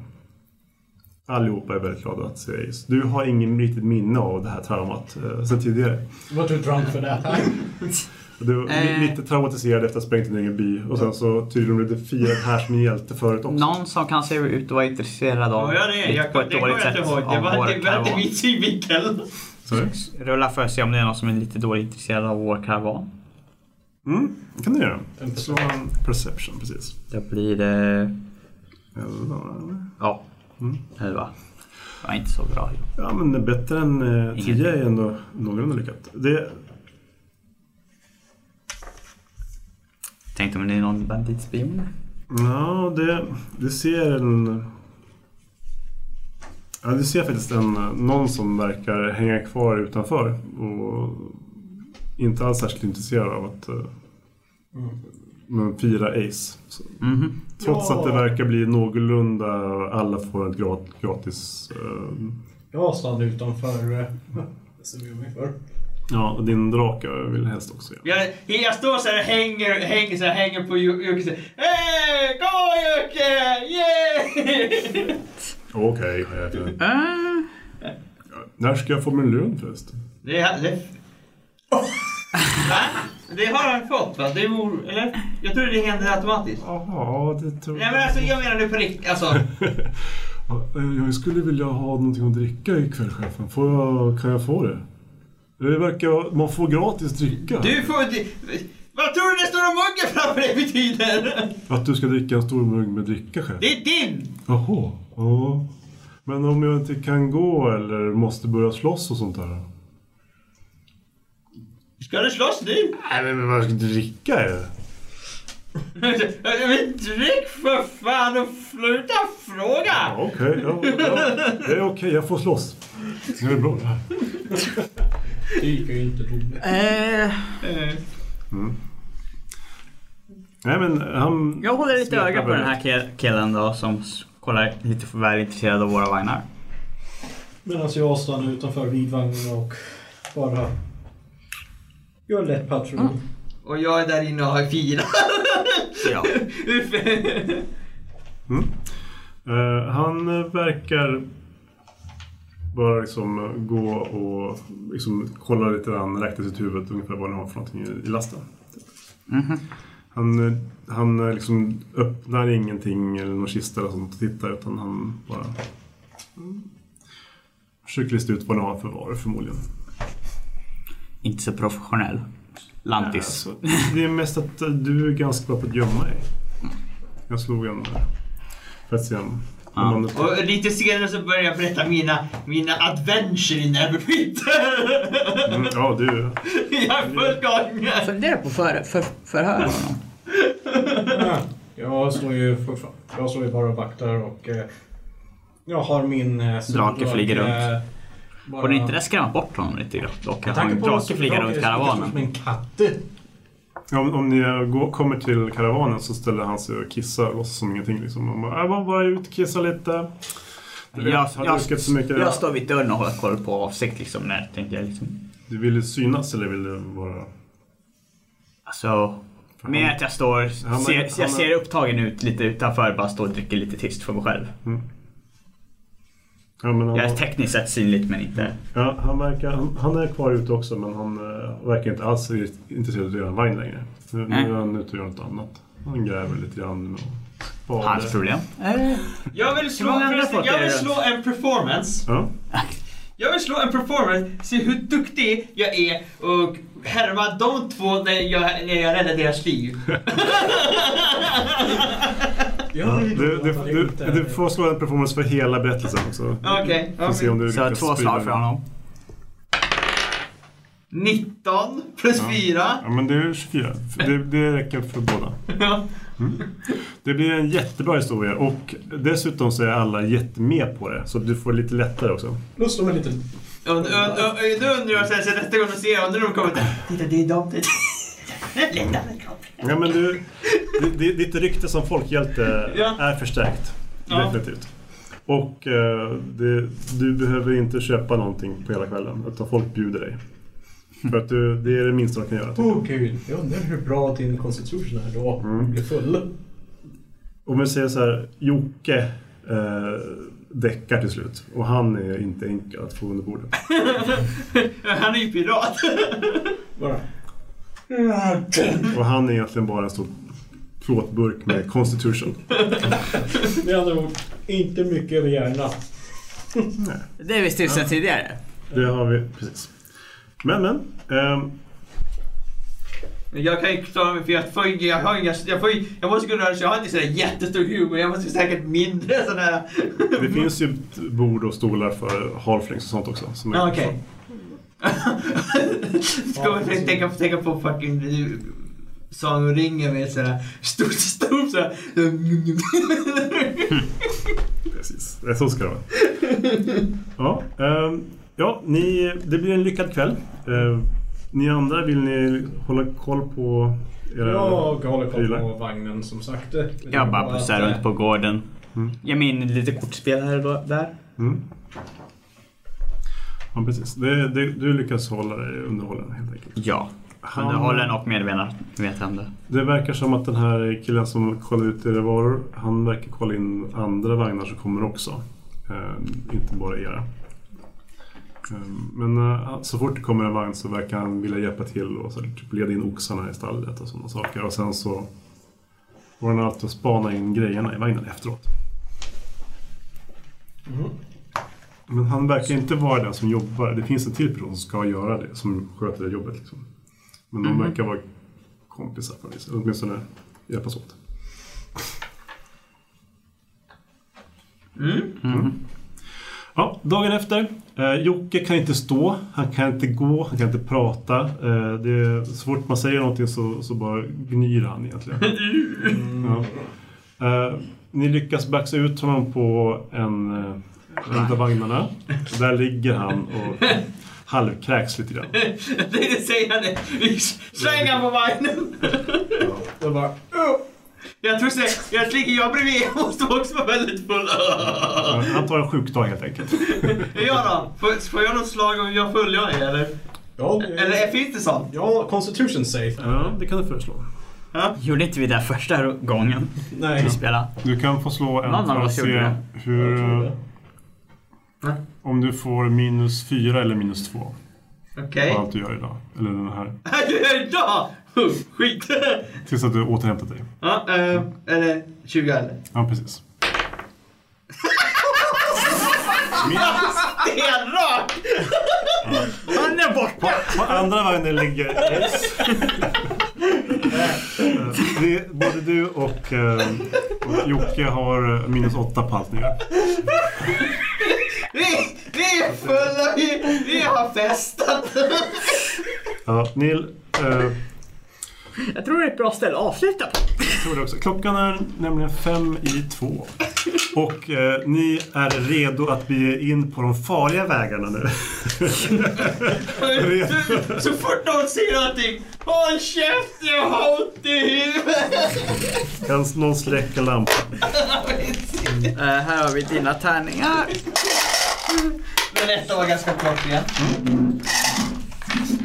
Speaker 2: Allihopa är väldigt glada att se dig. Så Du har ingen riktigt minne av det här traumat eh, sen tidigare.
Speaker 6: What too drunk for that?
Speaker 2: Du var li-
Speaker 3: Eh.
Speaker 2: lite traumatiserad efter att ha sprängt din egen by och sen så tydligen blev du firad här som en hjälte förut också.
Speaker 3: Någon som kan se ut att vara intresserad av
Speaker 5: Ja, ja, det är
Speaker 3: ditt
Speaker 5: jag. Det kommer jag inte ihåg. Det
Speaker 3: av
Speaker 5: var,
Speaker 3: vår
Speaker 5: det var inte
Speaker 3: karavan.
Speaker 5: min synvinkel.
Speaker 2: Sorry.
Speaker 3: Rulla för att se om det är någon som är lite dåligt intresserad av vår karavan.
Speaker 2: Mm, det kan du göra. Slå en perception, precis.
Speaker 3: Då blir det...
Speaker 2: Elva.
Speaker 3: Ja,
Speaker 2: Mm.
Speaker 3: elva. Det var inte så bra.
Speaker 2: Ja, men det är bättre än eh, tio är ändå någorlunda lyckat. Det,
Speaker 3: Tänkte om det är någon banditspion.
Speaker 2: ja, det, du ser en... Ja, du ser faktiskt en, någon som verkar hänga kvar utanför och inte alls särskilt intresserad av att eh, men fira Ace. Så,
Speaker 3: Mhm.
Speaker 2: trots
Speaker 4: Ja.
Speaker 2: att det verkar bli någorlunda alla får ett grat- gratis... eh,
Speaker 4: Jag stannade utanför. eh, Som jag mig för.
Speaker 2: ja, och din drake vill helst också göra.
Speaker 5: Jag, jag står så här och hänger, hänger, så här, hänger på Ju- Jocke. så här, Hej! Kom Jocke! Yay!
Speaker 2: Okej, okay,
Speaker 3: Ah.
Speaker 2: När ska jag få min lön förresten?
Speaker 5: Det, är- det, va? det har han fått va? Det vore, eller? Jag tror det händer automatiskt.
Speaker 2: Jaha, det tror
Speaker 5: Nej men alltså jag menar nu på riktigt. Alltså,
Speaker 2: Jag skulle vilja ha någonting att dricka ikväll, chefen. Får jag, kan jag få det? Det verkar... Man får gratis dricka.
Speaker 5: du får... du- Vad tror du det står om muggen framför dig betyder?
Speaker 2: Att du ska dricka en stor mugg med dricka, chef?
Speaker 5: Det är din!
Speaker 2: Jaha. Ja. Men om jag inte kan gå eller måste börja slåss och sånt där?
Speaker 5: Ska du slåss nu?
Speaker 2: Nej, men vad ska dricka ju?
Speaker 5: Men drick för fan och sluta fråga!
Speaker 2: Okej, ja, ja, det är okej. jag får slåss. Det är bra det här.
Speaker 4: Det gick ju inte roligt.
Speaker 3: Eh,
Speaker 5: Eh,
Speaker 2: Nej, men han...
Speaker 3: jag håller lite
Speaker 2: Smeta
Speaker 3: öga på den
Speaker 2: brödet.
Speaker 3: här ki- killen då som s- kollar lite för väl intresserad av våra vagnar.
Speaker 4: Medan jag stannade utanför vidvagnen och bara gör en lätt patrull.
Speaker 5: Och jag är där inne och har fina.
Speaker 3: Ja.
Speaker 2: Eh, han eh, verkar bara liksom eh, gå och liksom kolla lite grann, räkna sitt huvud ungefär vad ni har för någonting i- i lasten.
Speaker 3: Mhm.
Speaker 2: Han, eh, han eh, liksom öppnar ingenting eller någon kista eller sånt och tittar utan han bara mm, försöker lista ut vad ni har för varor förmodligen.
Speaker 3: Inte så professionell. Lantis.
Speaker 2: Alltså, det är mest att eh, du är ganska bra på att gömma dig.
Speaker 3: Mm.
Speaker 2: Jag slog en där. För att se om... om
Speaker 3: Ja.
Speaker 2: man-
Speaker 5: Och lite senare så börjar jag berätta mina, mina adventure i Neverwinter.
Speaker 2: Mm, ja, du...
Speaker 5: jag är full gång.
Speaker 3: Fundera på för, för, förhör honom.
Speaker 4: Jag står ju fortfar- Jag står ju bara och vaktar och eh, jag har min... Eh,
Speaker 3: Drake flyger runt.
Speaker 4: Bara...
Speaker 3: Borde inte det skrämma bort honom lite grann? Dock
Speaker 4: Med
Speaker 3: att han
Speaker 4: tanke på
Speaker 3: drake flyger runt karavanen.
Speaker 4: Som en katt.
Speaker 2: Om, om ni eh, går, kommer till karavanen så ställer han sig och kissar och låtsas som ingenting. Liksom. Han bara, jag var bara ut, kissa lite. Du vet,
Speaker 3: Jag,
Speaker 2: har
Speaker 3: jag,
Speaker 2: druckit så mycket.
Speaker 3: jag står vid dörren och håller koll på avsikt liksom. När, tänkte jag liksom.
Speaker 2: Du ville synas eller ville vara...
Speaker 3: Alltså,
Speaker 2: För
Speaker 3: med
Speaker 2: han-
Speaker 3: att jag står,
Speaker 2: men-
Speaker 3: ser, jag
Speaker 2: han-
Speaker 3: ser upptagen ut lite utanför, bara står och dricker lite tyst för mig själv.
Speaker 2: Ja, men han,
Speaker 3: Jag är tekniskt sett synligt men inte...
Speaker 2: ja, han, verkar, han, han är kvar ute också men han eh, verkar inte alls intresserad av er vagn längre. Nu, nu
Speaker 3: Nej.
Speaker 2: är han ute och gör något annat. Han gräver lite grann med och
Speaker 3: Hans problem. Eh,
Speaker 5: Jag vill slå,
Speaker 3: Hur många andra
Speaker 5: förresten,
Speaker 3: folk
Speaker 5: jag
Speaker 3: är
Speaker 5: vill
Speaker 3: det?
Speaker 5: slå en performance.
Speaker 2: Ja.
Speaker 5: Jag vill slå en performance, se hur duktig jag är och härma de två när jag, när jag räddar deras liv.
Speaker 2: Ja, Du, du, du, du får slå en performance för hela berättelsen också.
Speaker 5: Okej.
Speaker 2: Får se om du
Speaker 3: Så jag har
Speaker 2: lyckas
Speaker 3: två
Speaker 2: sprida-
Speaker 3: slag för honom.
Speaker 5: 19 plus 4.
Speaker 2: Ja men det är 24. Det, det räcker för båda. Det blir en jättebra historia och dessutom så är alla jättemed på det. Så du får lite lättare också.
Speaker 4: Nu står man lite...
Speaker 5: Nu undrar jag sen, sen nästa gång de ser jag, undrar om de kommer till... Titta, det är de. det är de." Lätta med kroppen.
Speaker 2: Ja, men du, ditt, ditt rykte som folkhjälte
Speaker 5: Ja.
Speaker 2: är förstärkt.
Speaker 5: Ja.
Speaker 2: Definitivt. Och eh, det, du behöver inte köpa någonting på hela kvällen utan folk bjuder dig. För att du, det är det minsta de kan göra.
Speaker 4: Åh "Oh, gud, jag undrar hur bra din konstitution är då. Mm. Blir full.
Speaker 2: Om vi säger så här, Jocke eh, däckar till slut och han är inte enkel att få under bordet.
Speaker 5: Han är ju pirat.
Speaker 4: Bara.
Speaker 2: Mm. Och han är egentligen bara en stor plåtburk med Constitution.
Speaker 4: Med andra ord, inte mycket över hjärnan.
Speaker 3: Det visste du sedan tidigare.
Speaker 2: Det har vi, precis. Men, men. ehm,
Speaker 5: Men Jag kan ju klara mig för jag får ju, jag har ju, jag får ju, jag måste kunna röra så jag har inte sådär jättestor humor. Jag måste säkert mindre sån här.
Speaker 2: det finns ju ett bord och stolar för halflings och sånt också. som är-
Speaker 5: Ja, Ah, Okej. Ska man tänka, tänka på fucking eh, sagoringen med sådär stort stort sådär.
Speaker 2: Precis, det är så ska det vara. Ja, ehm, ja ni, det blir en lyckad kväll. Eh, ni andra, vill ni hålla koll på era...
Speaker 6: Jag håller koll
Speaker 2: prylar.
Speaker 6: på vagnen som sagt.
Speaker 3: Jag bara pussar runt på gården.
Speaker 2: Mm.
Speaker 3: Jag min lite kortspel här och där.
Speaker 2: Mm. Ja, precis. Det, det, du lyckas hålla dig underhållen helt enkelt.
Speaker 3: Ja. Underhållen och medvetande.
Speaker 2: Det verkar som att den här killen som kollar ut era varor, han verkar kolla in andra vagnar som kommer också. Eh, inte bara era. Eh, men eh, så fort det kommer en vagn så verkar han vilja hjälpa till och så, typ, leda in oxarna i stallet och sådana saker. Och sen så går han alltid och spanar in grejerna i vagnen efteråt. Men han verkar inte vara den som jobbar. Det finns en till person som ska göra det, som sköter det jobbet. Liksom. Men de verkar vara kompisar på något vis. Eller Åtminstone hjälpas åt.
Speaker 5: Mm.
Speaker 2: Ja, dagen efter. Eh, Jocke kan inte stå, han kan inte gå, han kan inte prata. Eh, det är, så fort man säger någonting så, så bara gnyr han egentligen. Ja. Eh, ni lyckas baxa ut honom på en, eh, en av vagnarna. Där ligger han och halvkräks lite grann.
Speaker 5: Det säger jag det. Vi slänger på vagnen.
Speaker 6: Jag bara,
Speaker 5: Jag tror såhär, jag ligger jag bredvid. Jag måste också vara väldigt full.
Speaker 2: Ja, Eh, Han tar en sjukdag helt enkelt.
Speaker 5: Jag då? Får, får jag något slag om jag följer dig eller?
Speaker 6: ja,
Speaker 5: Eller finns det sånt?
Speaker 6: ja, Constitution safe.
Speaker 2: Ja, det kan du föreslå.
Speaker 3: Gjorde inte vi det första gången vi
Speaker 6: Nej.
Speaker 3: spelade?
Speaker 2: Du kan få slå en
Speaker 3: Någon
Speaker 2: för
Speaker 3: av
Speaker 2: att
Speaker 3: oss
Speaker 2: se
Speaker 3: gjorde det.
Speaker 2: hur... eh,
Speaker 6: Jag tror
Speaker 5: det.
Speaker 2: Om du får minus fyra eller minus två
Speaker 5: Okej.
Speaker 2: på allt du gör idag. Eller den här.
Speaker 5: Du är idag! Huh, Skit!
Speaker 2: Tills att du har återhämtat dig.
Speaker 5: Ja, eh, eller 20 eller?
Speaker 2: Ja, precis.
Speaker 5: Stenrak!
Speaker 3: Han är borta!
Speaker 2: På, på andra vagnen ligger... Eh, det, både du och, eh, och Jocke har eh, minus åtta på allt ni gör.
Speaker 5: Vi, vi är fulla, vi, vi har festat.
Speaker 2: Ja, Neil, eh,
Speaker 3: Jag tror det är ett bra ställe att avsluta på.
Speaker 2: tror det också. Klockan är nämligen fem i två. Och eh, ni är redo att bege in på de farliga vägarna nu.
Speaker 5: Så, så fort någon säger någonting, håll käft jag har ont i huvudet.
Speaker 2: Kan någon släcka lampan?
Speaker 3: Eh, här har vi dina tärningar.
Speaker 5: Men detta var ganska klart igen.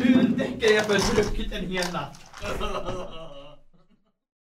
Speaker 5: Hur däckar jag för att druckit en hel natt?